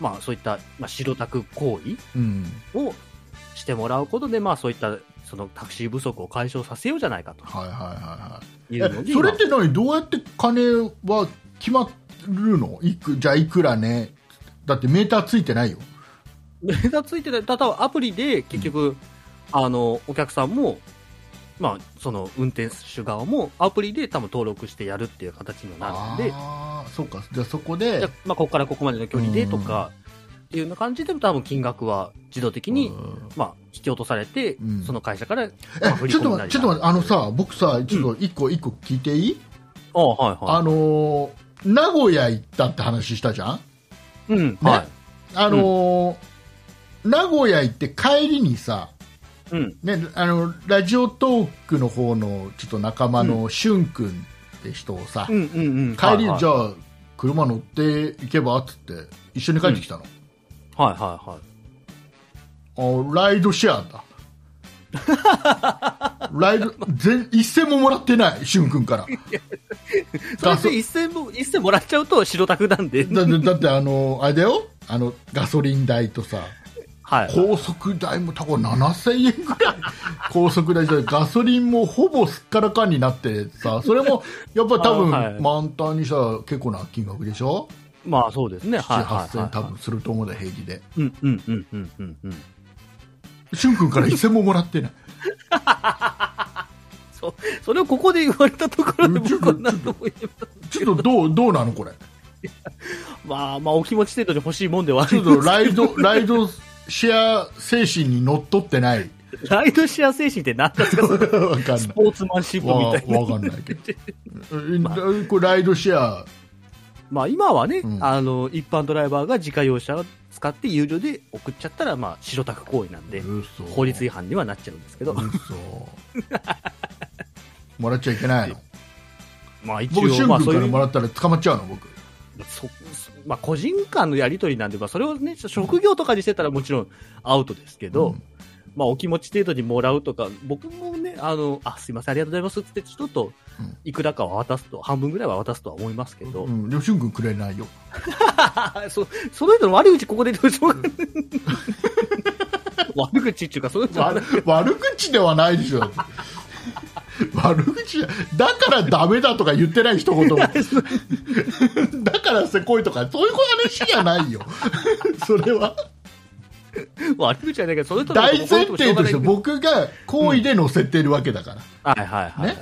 Speaker 3: まあそういった、まあ、白タク行為
Speaker 2: うんうん
Speaker 3: をしてもらうことで、まあそういったそのタクシー不足を解消させようじゃないかと
Speaker 2: はいはいはいはい
Speaker 3: いうの
Speaker 2: え
Speaker 3: で、
Speaker 2: それって何どうやって金は決まるのいくじゃあいくらねだってメーターついてないよ
Speaker 3: 今値段ついてない、ただアプリで結局、あの、お客さんも、まあ、その運転手側もアプリで多分登録してやるっていう形になるんで、
Speaker 2: ああそうかじゃあそこで
Speaker 3: じゃあまあ、ここからここまでの距離でとか、っていうような感じで多分金額は自動的に、
Speaker 2: うん
Speaker 3: まあ、引き落とされて、
Speaker 2: うん
Speaker 3: その会社から、まあ振
Speaker 2: え
Speaker 3: り
Speaker 2: ちょっと
Speaker 3: 込ん
Speaker 2: 待
Speaker 3: だ
Speaker 2: って
Speaker 3: り
Speaker 2: ちょっと待ってあのさ僕さちょっと一個一個聞いていい、
Speaker 3: ああはいはい。
Speaker 2: あのー名古屋行ったって話したじゃん
Speaker 3: うん、は
Speaker 2: あのー名古屋行って帰りにさ
Speaker 3: い。うん、
Speaker 2: ねあのラジオトークの方のちょっと仲間のしゅんくんって人をさ、
Speaker 3: うん、うん、うん。
Speaker 2: 帰り
Speaker 3: はいはい
Speaker 2: じゃあ車乗って行けばっつって一緒に帰ってきたの、
Speaker 3: はいはいはい。
Speaker 2: あライドシェアだ ライド全一銭ももらってないしゅんくんから
Speaker 3: それで一銭も、一銭もらっちゃうと白タクなんで。
Speaker 2: だってだってあのあれだよあのガソリン代とさ
Speaker 3: はい。
Speaker 2: 高速代も多分7000円ぐらい高速代とガソリンもほぼすっからかんになってさそれもやっぱ多分
Speaker 3: あはい
Speaker 2: 満タンにしたら結構な金額でしょ
Speaker 3: まあそうですね。はいはい、
Speaker 2: 78000
Speaker 3: は
Speaker 2: 円
Speaker 3: い。
Speaker 2: 多分すると思うんだよ平気で
Speaker 3: うんうんうんうんうんうん。
Speaker 2: しゅんくんから1000ももらってない
Speaker 3: そそれをここで言われたところで僕は何とも言えま
Speaker 2: ちょっとどうどうなのこれ
Speaker 3: せんまあまあお気持ち程度に欲しいもんではあ
Speaker 2: ちょ
Speaker 3: る
Speaker 2: っとライ ドライドシェア精神にのっとってない
Speaker 3: ライドシェア精神って何ですか
Speaker 2: わかんない
Speaker 3: スポーツマンシップ
Speaker 2: わ
Speaker 3: みたいな。
Speaker 2: わかんないけどええこれライドシェア
Speaker 3: まあ今はね、
Speaker 2: うん
Speaker 3: あの、一般ドライバーが自家用車を使って有料で送っちゃったら、まあ白タク行為なんで、
Speaker 2: 嘘
Speaker 3: 法律違反にはなっちゃうんですけど、
Speaker 2: 嘘もらっちゃいけないの
Speaker 3: まあ一
Speaker 2: 僕
Speaker 3: 応、
Speaker 2: 俊
Speaker 3: まあ
Speaker 2: 君
Speaker 3: そう
Speaker 2: か
Speaker 3: い
Speaker 2: ら
Speaker 3: う
Speaker 2: もらったら捕まっちゃうの僕
Speaker 3: そそまあ、個人間のやり取りなんで、まあ、それを、ね、職業とかにしてたらもちろんアウトですけど、
Speaker 2: うん
Speaker 3: まあ、お気持ち程度にもらうとか、僕もね、あのあすいません、ありがとうございますって、ちょっと
Speaker 2: うん
Speaker 3: いくらかは渡すと、半分ぐらいは渡すとは思いますけど、
Speaker 2: うん、でも俊君くれないよ
Speaker 3: そその人の悪口、ここでどうしようか 悪口っていうか、その人の
Speaker 2: 悪悪口ではないでしょ 悪口じゃだからダメだとか言ってない一言 もだからせこいとかそういう話じゃないよ それは
Speaker 3: 悪口じゃないけど、その人の
Speaker 2: 大前
Speaker 3: ことも
Speaker 2: 提として
Speaker 3: しょうがない
Speaker 2: 僕が好意で乗せてるわけだから、
Speaker 3: はいはいはい、
Speaker 2: ね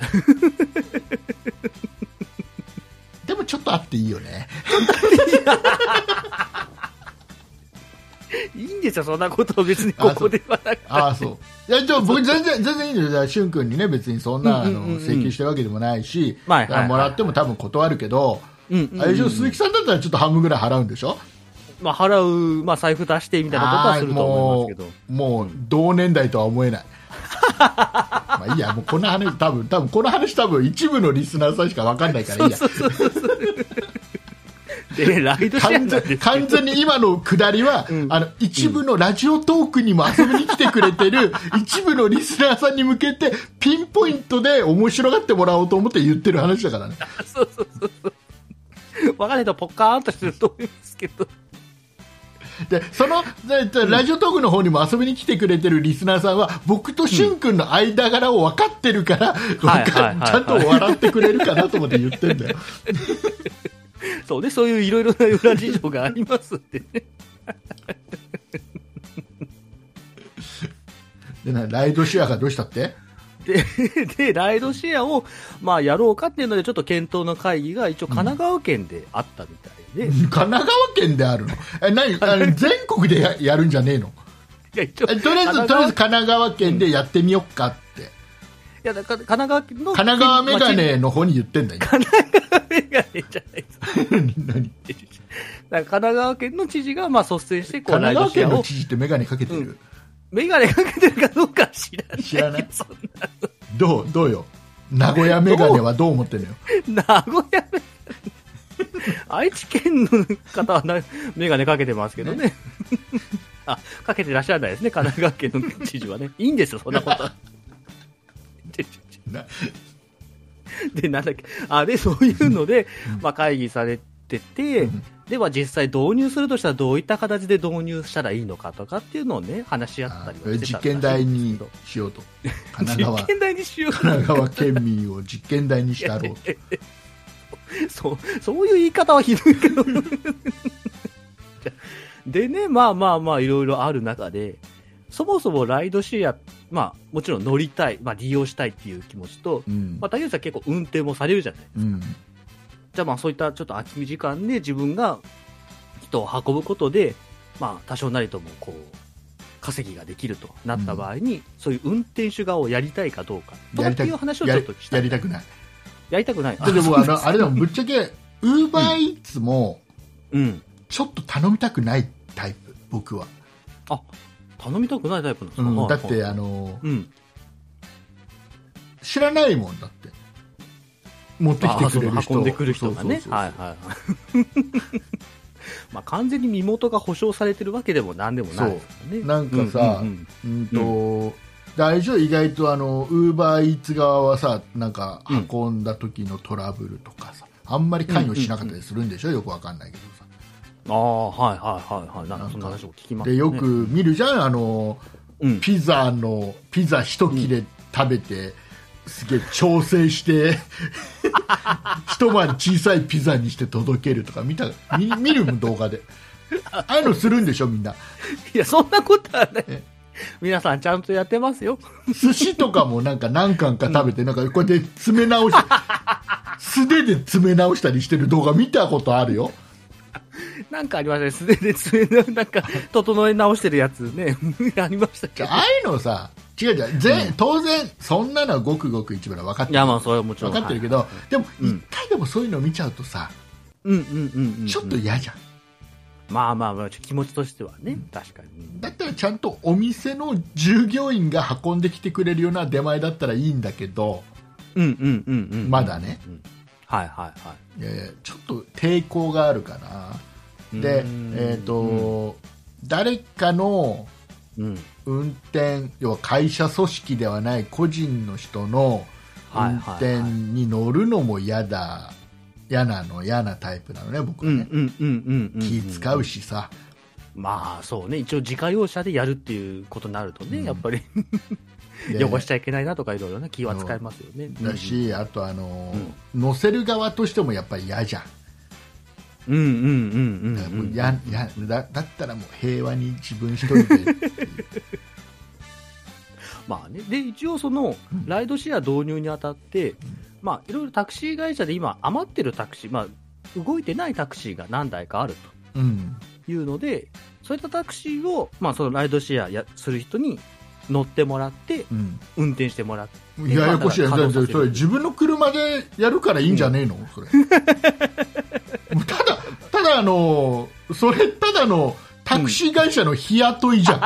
Speaker 2: でもちょっとあっていいよね
Speaker 3: いいんですよ、そんなことを別にここではなく
Speaker 2: ああそういやじゃあ僕全然全然いいんだよ俊君にね別にそんな、
Speaker 3: うんうんうんうん
Speaker 2: あの請求してるわけでもないし、
Speaker 3: まあはいはいはい
Speaker 2: もらっても多分断るけど、
Speaker 3: うんうんうん
Speaker 2: あれでしょ鈴木さんだったらちょっと半分ぐらい払うんでしょ
Speaker 3: まあ、払う、まあ、財布出してみたいなことはすると思いますけど。
Speaker 2: もう同年代とは思え ないまあいいやもうこの話多分多分この話多分一部のリスナーさんしか分かんないからいいや
Speaker 3: そうそうそうそう。 で、ライドシェアな
Speaker 2: 完
Speaker 3: んで
Speaker 2: 全
Speaker 3: すけど
Speaker 2: 完全に今のくだりは、
Speaker 3: ん
Speaker 2: あの一部のラジオトークにも遊びに来てくれて る、一部のリスナーさんに向けてピンポイントで面白がってもらおうと思って言ってる話だからね
Speaker 3: そうそうそうそう。わかんないとポカーンとしてると思いますけど。
Speaker 2: でそのででラジオトークの方にも遊びに来てくれてるリスナーさんは僕としゅんくんの間柄を分かってるから、わか
Speaker 3: はいはいはい
Speaker 2: ちゃんと笑ってくれるかなと思って言ってんだ よ
Speaker 3: そうね、そういういろいろな裏事情がありますんでね。
Speaker 2: でなライドシェアがどうしたって
Speaker 3: で、で、ライドシェアを、まあ、やろうかっていうので、ちょっと検討の会議が一応神奈川県であったみたいで、い
Speaker 2: 神奈川県であるのえ何 あの全国でややるんじゃねえの
Speaker 3: や、一応、
Speaker 2: えとりあえずとりあえず
Speaker 3: 神
Speaker 2: 神
Speaker 3: 奈川
Speaker 2: 奈川県でやってみよっかって、
Speaker 3: いや、だから神奈川県の。
Speaker 2: 神奈川メガ ネの方に言ってんだよ
Speaker 3: メガネじゃないです。
Speaker 2: 何
Speaker 3: だから神奈川県の知事が、まあ、率先して、こう、
Speaker 2: 神
Speaker 3: ラ
Speaker 2: 奈
Speaker 3: イ
Speaker 2: 川県
Speaker 3: ドシェア
Speaker 2: の
Speaker 3: を、
Speaker 2: 知事ってメガネかけてる、
Speaker 3: うんメガネかけてるかどうかは知らない。
Speaker 2: 知らない
Speaker 3: そん
Speaker 2: どうどうよ名古屋メガネはどう思ってんのよ
Speaker 3: な名古屋メガネ。愛知県の方はなメガネかけてますけどね。 あ、かけてらっしゃらないですね、神奈川県の知事はね。いいんですよ、そんなこ とは。
Speaker 2: な
Speaker 3: で、なんだっけ、あ、で、そういうので、まあ、会議されてて
Speaker 2: ん、
Speaker 3: では実際導入するとしたらどういった形で導入したらいいのかとかっていうのをね、話し合った
Speaker 2: あ
Speaker 3: りはして
Speaker 2: 実
Speaker 3: たんだ
Speaker 2: 験台にしようと神奈川
Speaker 3: 実験台にしよう
Speaker 2: 神奈川県民を実験台にしてあろうと
Speaker 3: そうそういう言い方はひどいけどでねまあまあまあいろいろある中でそもそもライドシェア、まあ、もちろん乗りたい、まあ、利用したいっていう気持ちと、
Speaker 2: うん
Speaker 3: まあ、竹内さん結構運転もされるじゃない
Speaker 2: うん
Speaker 3: じゃあまあそういったちょっと空き時間で自分が人を運ぶことで、まあ、多少なりともこう稼ぎができるとなった場合に、そういう運転手側をやりたいかどうかとか
Speaker 2: や
Speaker 3: っ
Speaker 2: り
Speaker 3: て
Speaker 2: たく
Speaker 3: いう話をち
Speaker 2: や
Speaker 3: ょっ
Speaker 2: り
Speaker 3: とした
Speaker 2: や
Speaker 3: い
Speaker 2: りたくない
Speaker 3: やりたくない
Speaker 2: ででも
Speaker 3: あ
Speaker 2: あのあれだもんぶっちゃけウーバーイーツも
Speaker 3: うん
Speaker 2: ちょっと頼みたくないタイプ僕は、
Speaker 3: あ頼みたくないタイプなんです
Speaker 2: う
Speaker 3: か、
Speaker 2: ん
Speaker 3: はい
Speaker 2: だってあの
Speaker 3: うん、
Speaker 2: 知らないもんだって持ってき
Speaker 3: あ
Speaker 2: て
Speaker 3: あそ
Speaker 2: くれ
Speaker 3: の
Speaker 2: る人
Speaker 3: 運んでくる人がね
Speaker 2: そうそうそうそう
Speaker 3: はいはいはい まあ完全に身元が保証されてるわけでも何でもないですからね
Speaker 2: そうなんかさ
Speaker 3: うんうん
Speaker 2: うんと、大丈夫意外とあのウーバーイーツ側はさなんか
Speaker 3: うん
Speaker 2: 運んだ時のトラブルとかさ、あんまり関与しなかったりするんでしょ、よくわかんないけどさ
Speaker 3: うんああはいはいはいはいなんかそんな話を聞きま
Speaker 2: で
Speaker 3: すね
Speaker 2: よく見るじゃんあの
Speaker 3: うん
Speaker 2: ピザのピザ一切れ食べて、すげえ調整して 一晩小さいピザにして届けるとか見た見見るもん動画でああいうのするんでしょみんない
Speaker 3: やそんなことはない
Speaker 2: え
Speaker 3: 皆さんちゃんとやってますよ
Speaker 2: 寿司とかもなんか何貫か食べて、なんかこうやって詰め直して素手で詰め直したりしてる動画見たことあるよ
Speaker 3: なんかありましたね素手で爪のなんか整え直してるやつね ありましたけど
Speaker 2: ああいうのさ違う違う、全当然そんなのはごくごく一部の分かって
Speaker 3: い
Speaker 2: る
Speaker 3: やまあそれはもちろ
Speaker 2: 分
Speaker 3: ん
Speaker 2: かってるけ
Speaker 3: ど
Speaker 2: ど、でも
Speaker 3: うん
Speaker 2: 一回でもそういうの見ちゃうとさ、
Speaker 3: うんうんうんうん
Speaker 2: ちょっと嫌じゃん
Speaker 3: まあまあまあちょっと気持ちとしてはね確かに
Speaker 2: だったらちゃんとお店の従業員が運んできてくれるような出前だったらいいんだけど、
Speaker 3: うんうんうんうん
Speaker 2: まだね、
Speaker 3: うんはいはいは
Speaker 2: えーちょっと抵抗があるかな、
Speaker 3: い
Speaker 2: で、
Speaker 3: うん
Speaker 2: えーと誰かの
Speaker 3: うん
Speaker 2: 運転要は会社組織ではない個人の人の
Speaker 3: はい
Speaker 2: 運
Speaker 3: はい
Speaker 2: 転に乗るのも嫌だ嫌なの嫌なタイプなのね僕
Speaker 3: う
Speaker 2: は
Speaker 3: ん
Speaker 2: ね、
Speaker 3: うんうんうんうん
Speaker 2: 気使うしさ、
Speaker 3: まあそうね一応自家用車でやるっていうことになるとね、
Speaker 2: うん
Speaker 3: やっぱり
Speaker 2: で
Speaker 3: 汚しちゃいけないなとかいろいろな気は使いますよね
Speaker 2: だしあとあの、
Speaker 3: うん
Speaker 2: 乗せる側としてもやっぱり嫌じゃん
Speaker 3: うんうんうんうん
Speaker 2: だ
Speaker 3: う
Speaker 2: もうんややだだったらもう平和に自分 一人で
Speaker 3: まあね、で一応そのライドシェア導入にあたって、まあいろいろタクシー会社で今余ってるタクシー、まあ動いてないタクシーが何台かある
Speaker 2: うん
Speaker 3: というので、そういったタクシーをまあそのライドシェアやする人に乗ってもらって
Speaker 2: う
Speaker 3: 運転してもらって、
Speaker 2: んややこしいや
Speaker 3: まあだから
Speaker 2: だってそれ自分の車でやるからいいんじゃねえの、それただただあのそれただのタクシー会社の日雇いじゃん、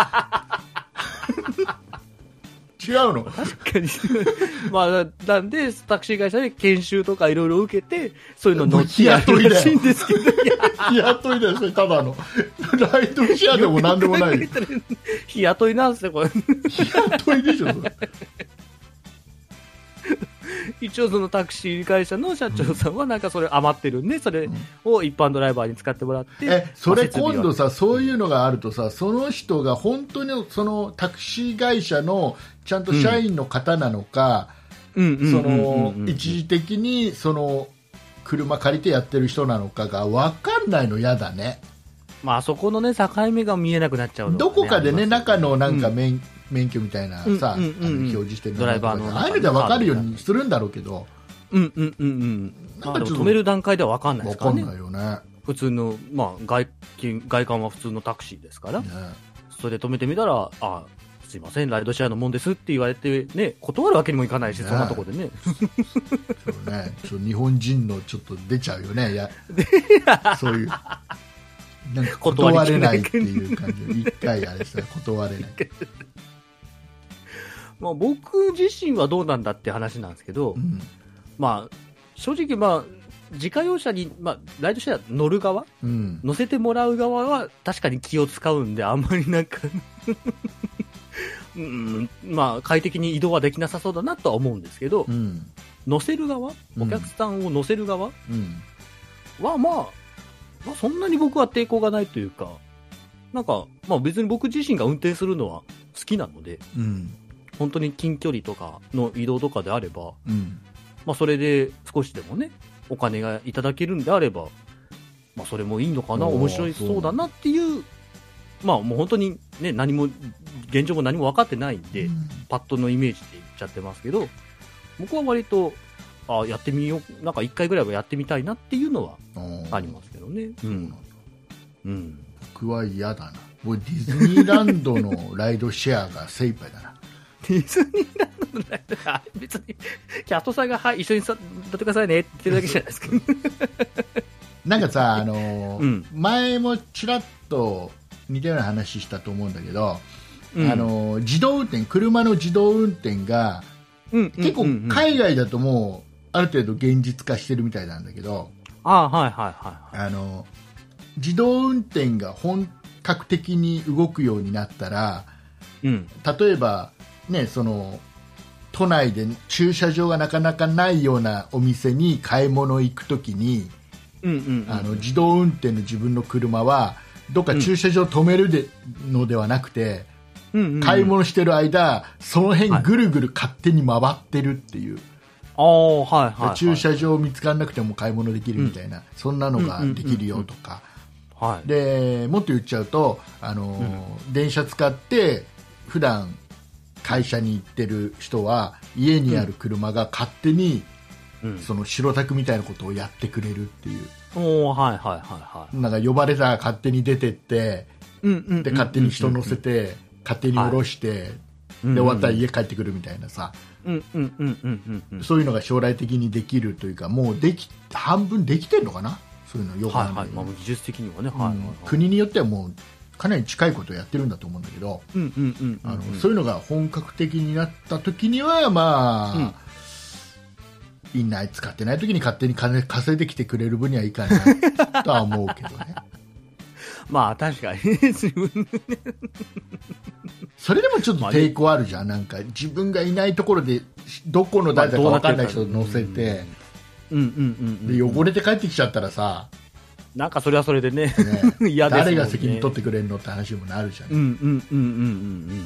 Speaker 2: 違うの
Speaker 3: 確かに まあななんでタクシー会社で研修とかいろいろ受けてそういうの乗ってやるらしいんですけど
Speaker 2: 日雇いだよそれただのライドシェアでも何でもないよ
Speaker 3: 日雇いなんですねこれ
Speaker 2: 日雇いでしょそれ
Speaker 3: 一応そのタクシー会社の社長さんはなんかそれ余ってるんでそれを一般ドライバーに使ってもらって、
Speaker 2: えそれ
Speaker 3: まあ設備は
Speaker 2: 今度さ、そういうのがあるとさ、その人が本当にそのタクシー会社のちゃんと社員の方なのか、
Speaker 3: うんうん
Speaker 2: そ
Speaker 3: うん
Speaker 2: の
Speaker 3: うんうん
Speaker 2: 一時的にその車借りてやってる人なのかが分かんないの嫌だね、
Speaker 3: まああそこのね境目が見えなくなっちゃうのが
Speaker 2: どこかでね、
Speaker 3: あります
Speaker 2: 中のなんか免,、免許みたいなさ、
Speaker 3: うんうんうんうん
Speaker 2: あの表示してる
Speaker 3: ドライバーの
Speaker 2: ああいうので分かるようにするんだろうけど、
Speaker 3: うんうんうんうん
Speaker 2: なんか
Speaker 3: まあ
Speaker 2: ちょ
Speaker 3: で
Speaker 2: っ
Speaker 3: も
Speaker 2: と
Speaker 3: 止める段階では分かんない
Speaker 2: 分
Speaker 3: ですか
Speaker 2: からん
Speaker 3: ね
Speaker 2: ないよね。
Speaker 3: 普通の、まあ、外勤外観は普通のタクシーですから、
Speaker 2: ね
Speaker 3: それで止めてみたら、あすいません、ライドシェアのもんですって言われて、ね、断るわけにもいかないし、
Speaker 2: ね
Speaker 3: そんなとこでね、
Speaker 2: そうね、ちょっと日本人のちょっと出ちゃうよね、いやそういう、なんか断れないっていう感じ、一回あれですね、断 れない。
Speaker 3: まあ、僕自身はどうなんだって話なんですけど、
Speaker 2: うん
Speaker 3: まあ、正直、まあ、自家用車に、まあ、ライドシェア乗る側、
Speaker 2: うん、
Speaker 3: 乗せてもらう側は確かに気を使うんで、あんまりなんか。うんまあ、快適に移動はできなさそうだなとは思うんですけど、
Speaker 2: うん、
Speaker 3: 乗せる側、お客さんを乗せる側、
Speaker 2: うん、
Speaker 3: は、まあ、まあ、そんなに僕は抵抗がないというか、なんか、まあ別に僕自身が運転するのは好きなので、
Speaker 2: うん、
Speaker 3: 本当に近距離とかの移動とかであれば、
Speaker 2: うん、
Speaker 3: まあそれで少しでもね、お金がいただけるんであれば、まあそれもいいのかな、
Speaker 2: おー
Speaker 3: 面白いそうだなっていう、まあもう本当にね、何も、現状も何も分かってないんで、パッとのイメージで言っちゃってますけど、僕は割と、あやってみよう、なんか一回ぐらいはやってみたいなっていうのは
Speaker 2: うん
Speaker 3: ありますけどね。う
Speaker 2: うん
Speaker 3: ん。うん。
Speaker 2: 僕は嫌だな、もうディズニーランドのライドシェアが精一杯だな、
Speaker 3: ディズニーランドのライドあ 別に、キャストさんが、はい、一緒にさ、乗ってくださいねって言ってるだけじゃないですか。
Speaker 2: なんかさ、あのー
Speaker 3: うん
Speaker 2: 前もちらっと似たような話したと思うんだけど、
Speaker 3: うん
Speaker 2: あ、のー自動運転、車の自動運転が、
Speaker 3: うん
Speaker 2: 結構
Speaker 3: うんうんうん
Speaker 2: 海外だともうある程度現実化してるみたいなんだけど
Speaker 3: あはいはいはいはい。
Speaker 2: あの自動運転が本格的に動くようになったら
Speaker 3: うん。
Speaker 2: 例えば、ね、その都内で駐車場がなかなかないようなお店に買い物行くときに
Speaker 3: うんうん。
Speaker 2: あの自動運転の自分の車はどっか駐車場止めるで、のではなくて
Speaker 3: うんうんうん
Speaker 2: 買い。物してる間その辺ぐるぐる勝手に回ってるっていう。
Speaker 3: ああ、はいはいはい。
Speaker 2: 駐車場見つからなくても買い物できるみたいな、そんなのができるよとか、
Speaker 3: はい。
Speaker 2: でもっと言っちゃうとあのー、電車使って普段会社に行ってる人は家にある車が勝手に
Speaker 3: うん。
Speaker 2: その白タクみたいなことをやってくれるっていう
Speaker 3: おーはいはいはいはい。
Speaker 2: なんか呼ばれたら勝手に出てって
Speaker 3: うんうんうんうん。
Speaker 2: で勝手に人乗せて勝手に降ろして
Speaker 3: うんうん、
Speaker 2: で終わったら家帰ってくるみたいなさ
Speaker 3: うんうんうんうんうんうん。
Speaker 2: そういうのが将来的にできるというかもうでき半分できてるのかなそういうのよくわ
Speaker 3: は
Speaker 2: か
Speaker 3: い
Speaker 2: んな
Speaker 3: はいい。
Speaker 2: けど
Speaker 3: まあ、技術的にはね、はいはいはい。
Speaker 2: 国によってはもうかなり近いことをやってるんだと思うんだけど、
Speaker 3: うんうんうんうん。
Speaker 2: あのそういうのが本格的になった時にはまあ、インナー使ってない時に勝手に金稼いできてくれる分にはいいか なとは思うけどね
Speaker 3: まあ、確かに。自分
Speaker 2: それでもちょっと抵抗あるじゃんなんか自分がいないところでどこの誰だか分かんない人を乗せて、
Speaker 3: うんうんうんうん。
Speaker 2: で汚れて帰ってきちゃったらさ、
Speaker 3: なんかそれはそれでね、
Speaker 2: ね
Speaker 3: 嫌ですもん
Speaker 2: 誰
Speaker 3: ね
Speaker 2: が責任取ってくれるのって話にもなるじゃん、
Speaker 3: うんうんうんうんうんうんうん。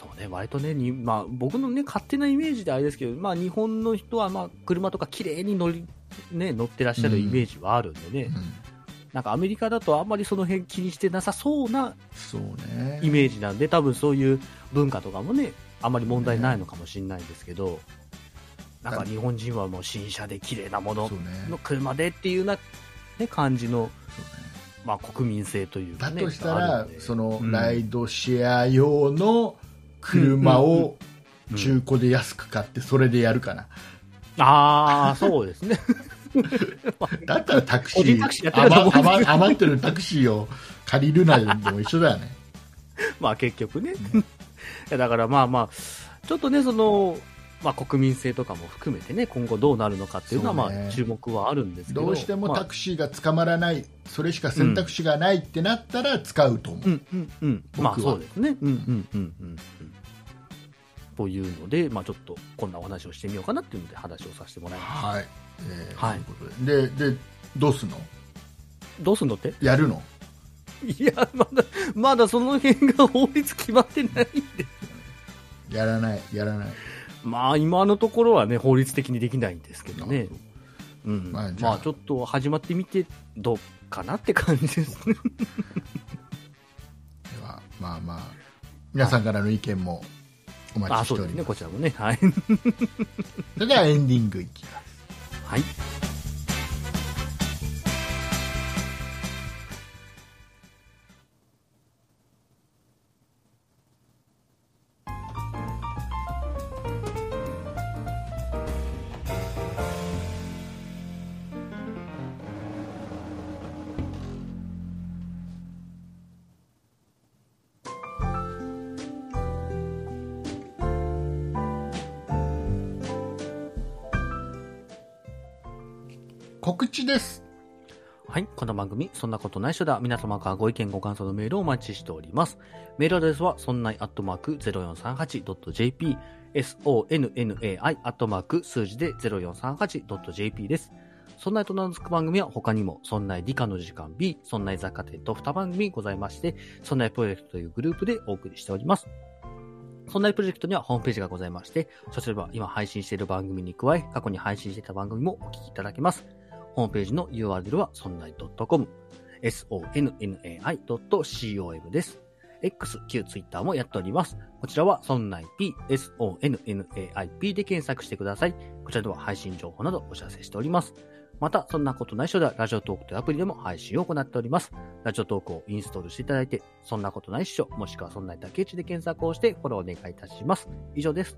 Speaker 3: そうね、割とね、にまあ、僕のね、勝手なイメージであれですけど、まあ、日本の人は、まあ、車とか綺麗に乗り、ね、乗ってらっしゃるイメージはあるんでね、
Speaker 2: うん
Speaker 3: なんかアメリカだとあんまりその辺気にしてなさそうな
Speaker 2: そうね
Speaker 3: イメージなんで、多分そういう文化とかもね、あんまり問題ないのかもしれないんですけど、なんか日本人はもう新車で綺麗なもの
Speaker 2: そうね
Speaker 3: の車でっていうな、ね、感じの、まあ、国民性というか、
Speaker 2: だ
Speaker 3: ね、
Speaker 2: とした
Speaker 3: あ
Speaker 2: ら
Speaker 3: るん、で
Speaker 2: その
Speaker 3: うん
Speaker 2: ライドシェア用の車を
Speaker 3: うん
Speaker 2: 中古で安く買ってそれでやるかな、
Speaker 3: ああ、そうですね。
Speaker 2: だったらタクシ
Speaker 3: 個人タクシーや
Speaker 2: ー
Speaker 3: ってると思うんです
Speaker 2: 余余余ってるタクシーを借りるなでも一緒だ よね
Speaker 3: まあ結局ね。いやだからまあまあ、ちょっとね、その、まあ国民性とかも含めてね、今後どうなるのかっていうのはま
Speaker 2: そうね
Speaker 3: あ注目はあるんですけど。
Speaker 2: どうしても
Speaker 3: まあ
Speaker 2: タクシーが捕まらないそれしか選択肢がないってなったら使うと思う、
Speaker 3: うんうんうん。まあ
Speaker 2: 僕は
Speaker 3: そうですね。うんうんうんうんうん。というので、まあちょっとこんなお話をしてみようかなっていうので話をさせてもらいま
Speaker 2: はい、えー
Speaker 3: はい
Speaker 2: ということでででどうすんの
Speaker 3: す。どうすんのって
Speaker 2: やるの
Speaker 3: いや、まだ、まだその辺が法律決まってないんで。
Speaker 2: やらないやらない、
Speaker 3: まあ今のところはね、法律的にできないんですけどね。うん。
Speaker 2: まあ
Speaker 3: まあ
Speaker 2: じゃあ
Speaker 3: ちょっと始まってみてどうかなって感じですね。
Speaker 2: ではまあまあ皆さんからの意見もお待
Speaker 3: あ、
Speaker 2: ちし
Speaker 3: そう
Speaker 2: てお
Speaker 3: です
Speaker 2: り
Speaker 3: ね、
Speaker 2: ます
Speaker 3: こちらもね。はい。
Speaker 2: それではエンディングいきます
Speaker 3: はい。
Speaker 2: 告知です
Speaker 3: はい。この番組、そんなことない人だ。皆様からご意見、ご感想のメールをお待ちしております。メールアドレスは、そんないアットマーク 0438.jp、sonnai アットマーク数字で 0438.jp です。そんないと名の付く番組は他にも、そんない理科の時間 B、そんない雑貨店と2番組ございまして、そんないプロジェクトというグループでお送りしております。そんないプロジェクトにはホームページがございまして、そちらは今配信している番組に加え、過去に配信していた番組もお聞きいただけます。ホームページの URL は sonnai.com、sonnai.com です。X、旧 Twitter もやっております。こちらは sonnaip、sonnaip で検索してください。こちらでは配信情報などお知らせしております。また、そんなことない人ではラジオトークというアプリでも配信を行っております。ラジオトークをインストールしていただいて、そんなことないっしょ、もしくはそんなだけちで検索をしてフォローお願いいたします。以上です。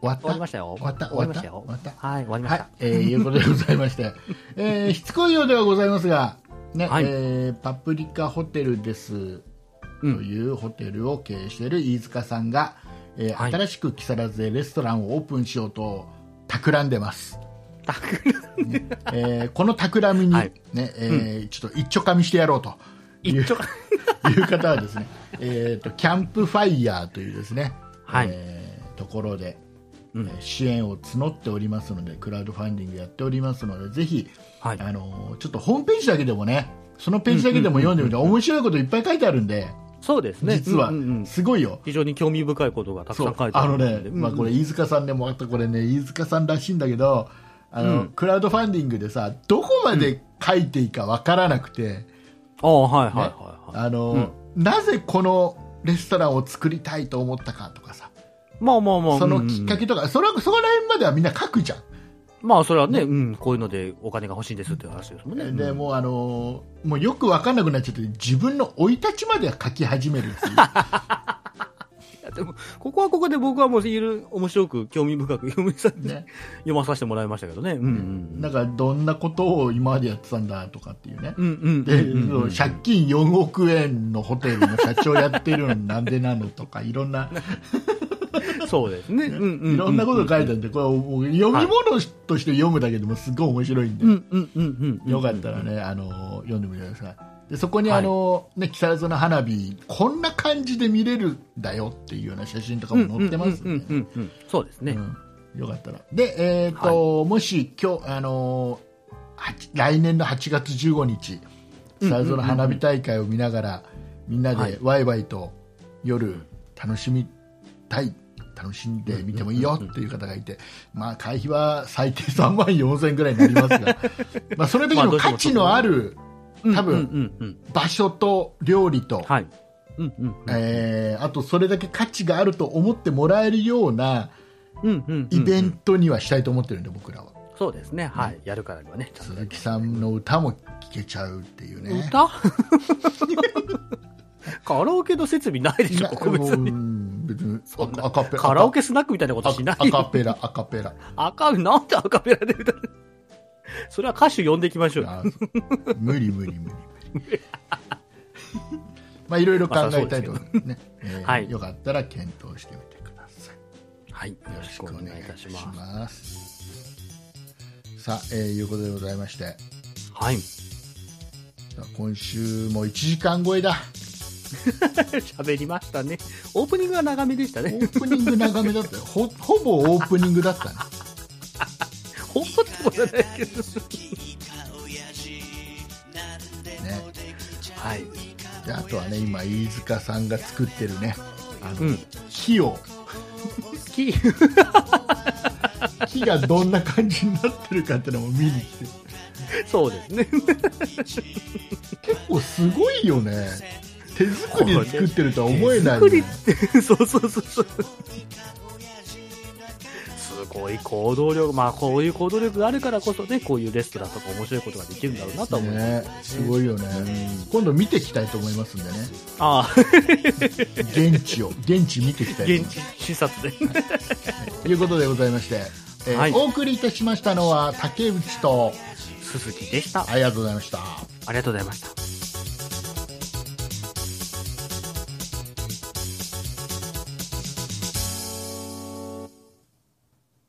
Speaker 2: 終わった
Speaker 3: 終わりましたよ。
Speaker 2: 終わった
Speaker 3: 終わりましたよ
Speaker 2: 終わった終わっ。
Speaker 3: はい、終わりまし
Speaker 2: はい
Speaker 3: た。、
Speaker 2: えー、いうことでございまして、 えー、しつこいようではございますが、ね
Speaker 3: はい
Speaker 2: えーパプリカホテルですと
Speaker 3: うん
Speaker 2: いうホテルを経営している飯塚さんが、えー
Speaker 3: はい
Speaker 2: 新しく木更津でレストランをオープンしようと企んでます、
Speaker 3: たく
Speaker 2: えーこの企みに、
Speaker 3: はい
Speaker 2: ねえーちょっと一丁かみしてやろうという
Speaker 3: 丁か
Speaker 2: いう方はですね、えー、とキャンプファイヤーというですね、
Speaker 3: はい
Speaker 2: えーところで、
Speaker 3: うん
Speaker 2: えー支援を募っておりますのでクラウドファンディングやっておりますのでぜひ、
Speaker 3: はい
Speaker 2: あのーちょっとホームページだけでもねそのページだけでも読んでみて、面白いこといっぱい書いてあるんで、
Speaker 3: そうですね。
Speaker 2: 実は、
Speaker 3: うんうんうん
Speaker 2: すごいよ。
Speaker 3: 非常に興味深いことがたく
Speaker 2: そ
Speaker 3: さん
Speaker 2: う
Speaker 3: 書いて
Speaker 2: あ
Speaker 3: ある
Speaker 2: の
Speaker 3: んで。
Speaker 2: ね、
Speaker 3: うん
Speaker 2: まあ、これ飯塚さんでもあったこれね飯塚さんらしいんだけどあの、
Speaker 3: うん
Speaker 2: クラウドファンディングでさどこまで書いていいかわからなくて、
Speaker 3: ああ、はいはいはい、はい
Speaker 2: あの、なぜこのレストランを作りたいと思ったかとかさ、
Speaker 3: まあまあまあ。
Speaker 2: そ
Speaker 3: うん
Speaker 2: の
Speaker 3: うん
Speaker 2: きっかけとか、それはそこら辺まではみんな書くじゃん。
Speaker 3: まあそれはね、うん、こういうのでお金が欲しいんですっていう話ですもんね。
Speaker 2: で
Speaker 3: うん
Speaker 2: もうあのーもうよく分かんなくなっちゃって自分の生い立ちまでは書き始めるっていう
Speaker 3: いやでも、ここはここで僕はもういる、面白く、興味深く読みさ、
Speaker 2: ね
Speaker 3: 読まさせてもらいましたけどね。うんうん。
Speaker 2: なんかどんなことを今までやってたんだとかっていうね、
Speaker 3: うんうん。
Speaker 2: で
Speaker 3: うん うんうん
Speaker 2: 借金4億円のホテルの社長やってるのになんでなのとかい ろんな
Speaker 3: そうですね。うんうんうん。
Speaker 2: いろんなこと書いてあるんでこれもう読み物として読むだけでもすごい面白いんで
Speaker 3: う、んうんうんうんうん。
Speaker 2: よかったらね、あの読んでみてください。でそこにあの、ね木更津の花火こんな感じで見れるんだよっていうような写真とかも載ってます
Speaker 3: うん
Speaker 2: ん
Speaker 3: うん
Speaker 2: で
Speaker 3: う、んうんうん。そうですね。
Speaker 2: うんよかったら。でえっ、と、もし今日あのはち来年の8月15日木更津の花火大会を見ながら、みんな
Speaker 3: は
Speaker 2: で
Speaker 3: い
Speaker 2: ワイワイと夜楽しみたい。楽しんでみてもいいよっていう方がいて、まあ会費は最低3万4000円ぐらいになります が、まあそれだけの価値のある
Speaker 3: うん
Speaker 2: 多分
Speaker 3: うんうんうん。
Speaker 2: 場所と料理と、
Speaker 3: はい。うんうんうん。
Speaker 2: えーあとそれだけ価値があると思ってもらえるような
Speaker 3: うんうんうんうん。
Speaker 2: イベントにはしたいと思ってるんで、僕らは
Speaker 3: そうですね。はい。やるからにはね。ちゃんと
Speaker 2: 鈴木さんの歌も聴けちゃうっていうね
Speaker 3: 歌 カラオケの設備ないでしょ、
Speaker 2: な
Speaker 3: ここ別
Speaker 2: もうう
Speaker 3: に。
Speaker 2: ん別に
Speaker 3: そんな
Speaker 2: アカペラ
Speaker 3: カラオケスナックみたいなこ
Speaker 2: ア
Speaker 3: と
Speaker 2: カ
Speaker 3: しない
Speaker 2: アカ
Speaker 3: よ。
Speaker 2: ペラアカペラ
Speaker 3: アカなんでアカペラで歌うそれは歌手呼んでいきましょうよ。
Speaker 2: あー無理無理無理無理まあいろいろ考えたいと思いますね、えー
Speaker 3: はい
Speaker 2: よかったら検討してみてください
Speaker 3: はい。よ
Speaker 2: よ
Speaker 3: ろ
Speaker 2: ろ
Speaker 3: し
Speaker 2: し
Speaker 3: く
Speaker 2: く
Speaker 3: お
Speaker 2: お
Speaker 3: 願
Speaker 2: 願い
Speaker 3: いい
Speaker 2: い
Speaker 3: た
Speaker 2: た
Speaker 3: し
Speaker 2: し
Speaker 3: ます。
Speaker 2: ますさあ、えーいうことでございまして
Speaker 3: はい。
Speaker 2: さあ今週も1時間超えだ
Speaker 3: 喋りましたね。オープニングは長めでした
Speaker 2: オ
Speaker 3: ね。
Speaker 2: ープニング長めだったよほほぼオープニングだったね
Speaker 3: ほんまってことない けど。
Speaker 2: ね
Speaker 3: はい。
Speaker 2: であとはね今飯塚さんが作ってるねあの、
Speaker 3: うん。
Speaker 2: 木を
Speaker 3: き
Speaker 2: 木がどんな感じになってるかっていうのも見に来て
Speaker 3: そうですね。
Speaker 2: 結構すごいよね手作りで作ってるとは思えないよ
Speaker 3: 作り
Speaker 2: ね
Speaker 3: って、 そうそうそうそう。すごい行動力、まあこういう行動力があるからこそね、こういうレストランとか面白いことができるんだろうなとは思います。
Speaker 2: ねすごいよね今度見てきたいと思いますんでね
Speaker 3: ああ、
Speaker 2: 現地を現地見てきたいと思い
Speaker 3: 現
Speaker 2: ます
Speaker 3: 地視察で。
Speaker 2: ということでございまして、えー
Speaker 3: はい
Speaker 2: お送りいたしましたのは竹内と
Speaker 3: 鈴木でした。
Speaker 2: ありがとうございました
Speaker 3: ありがとうございました。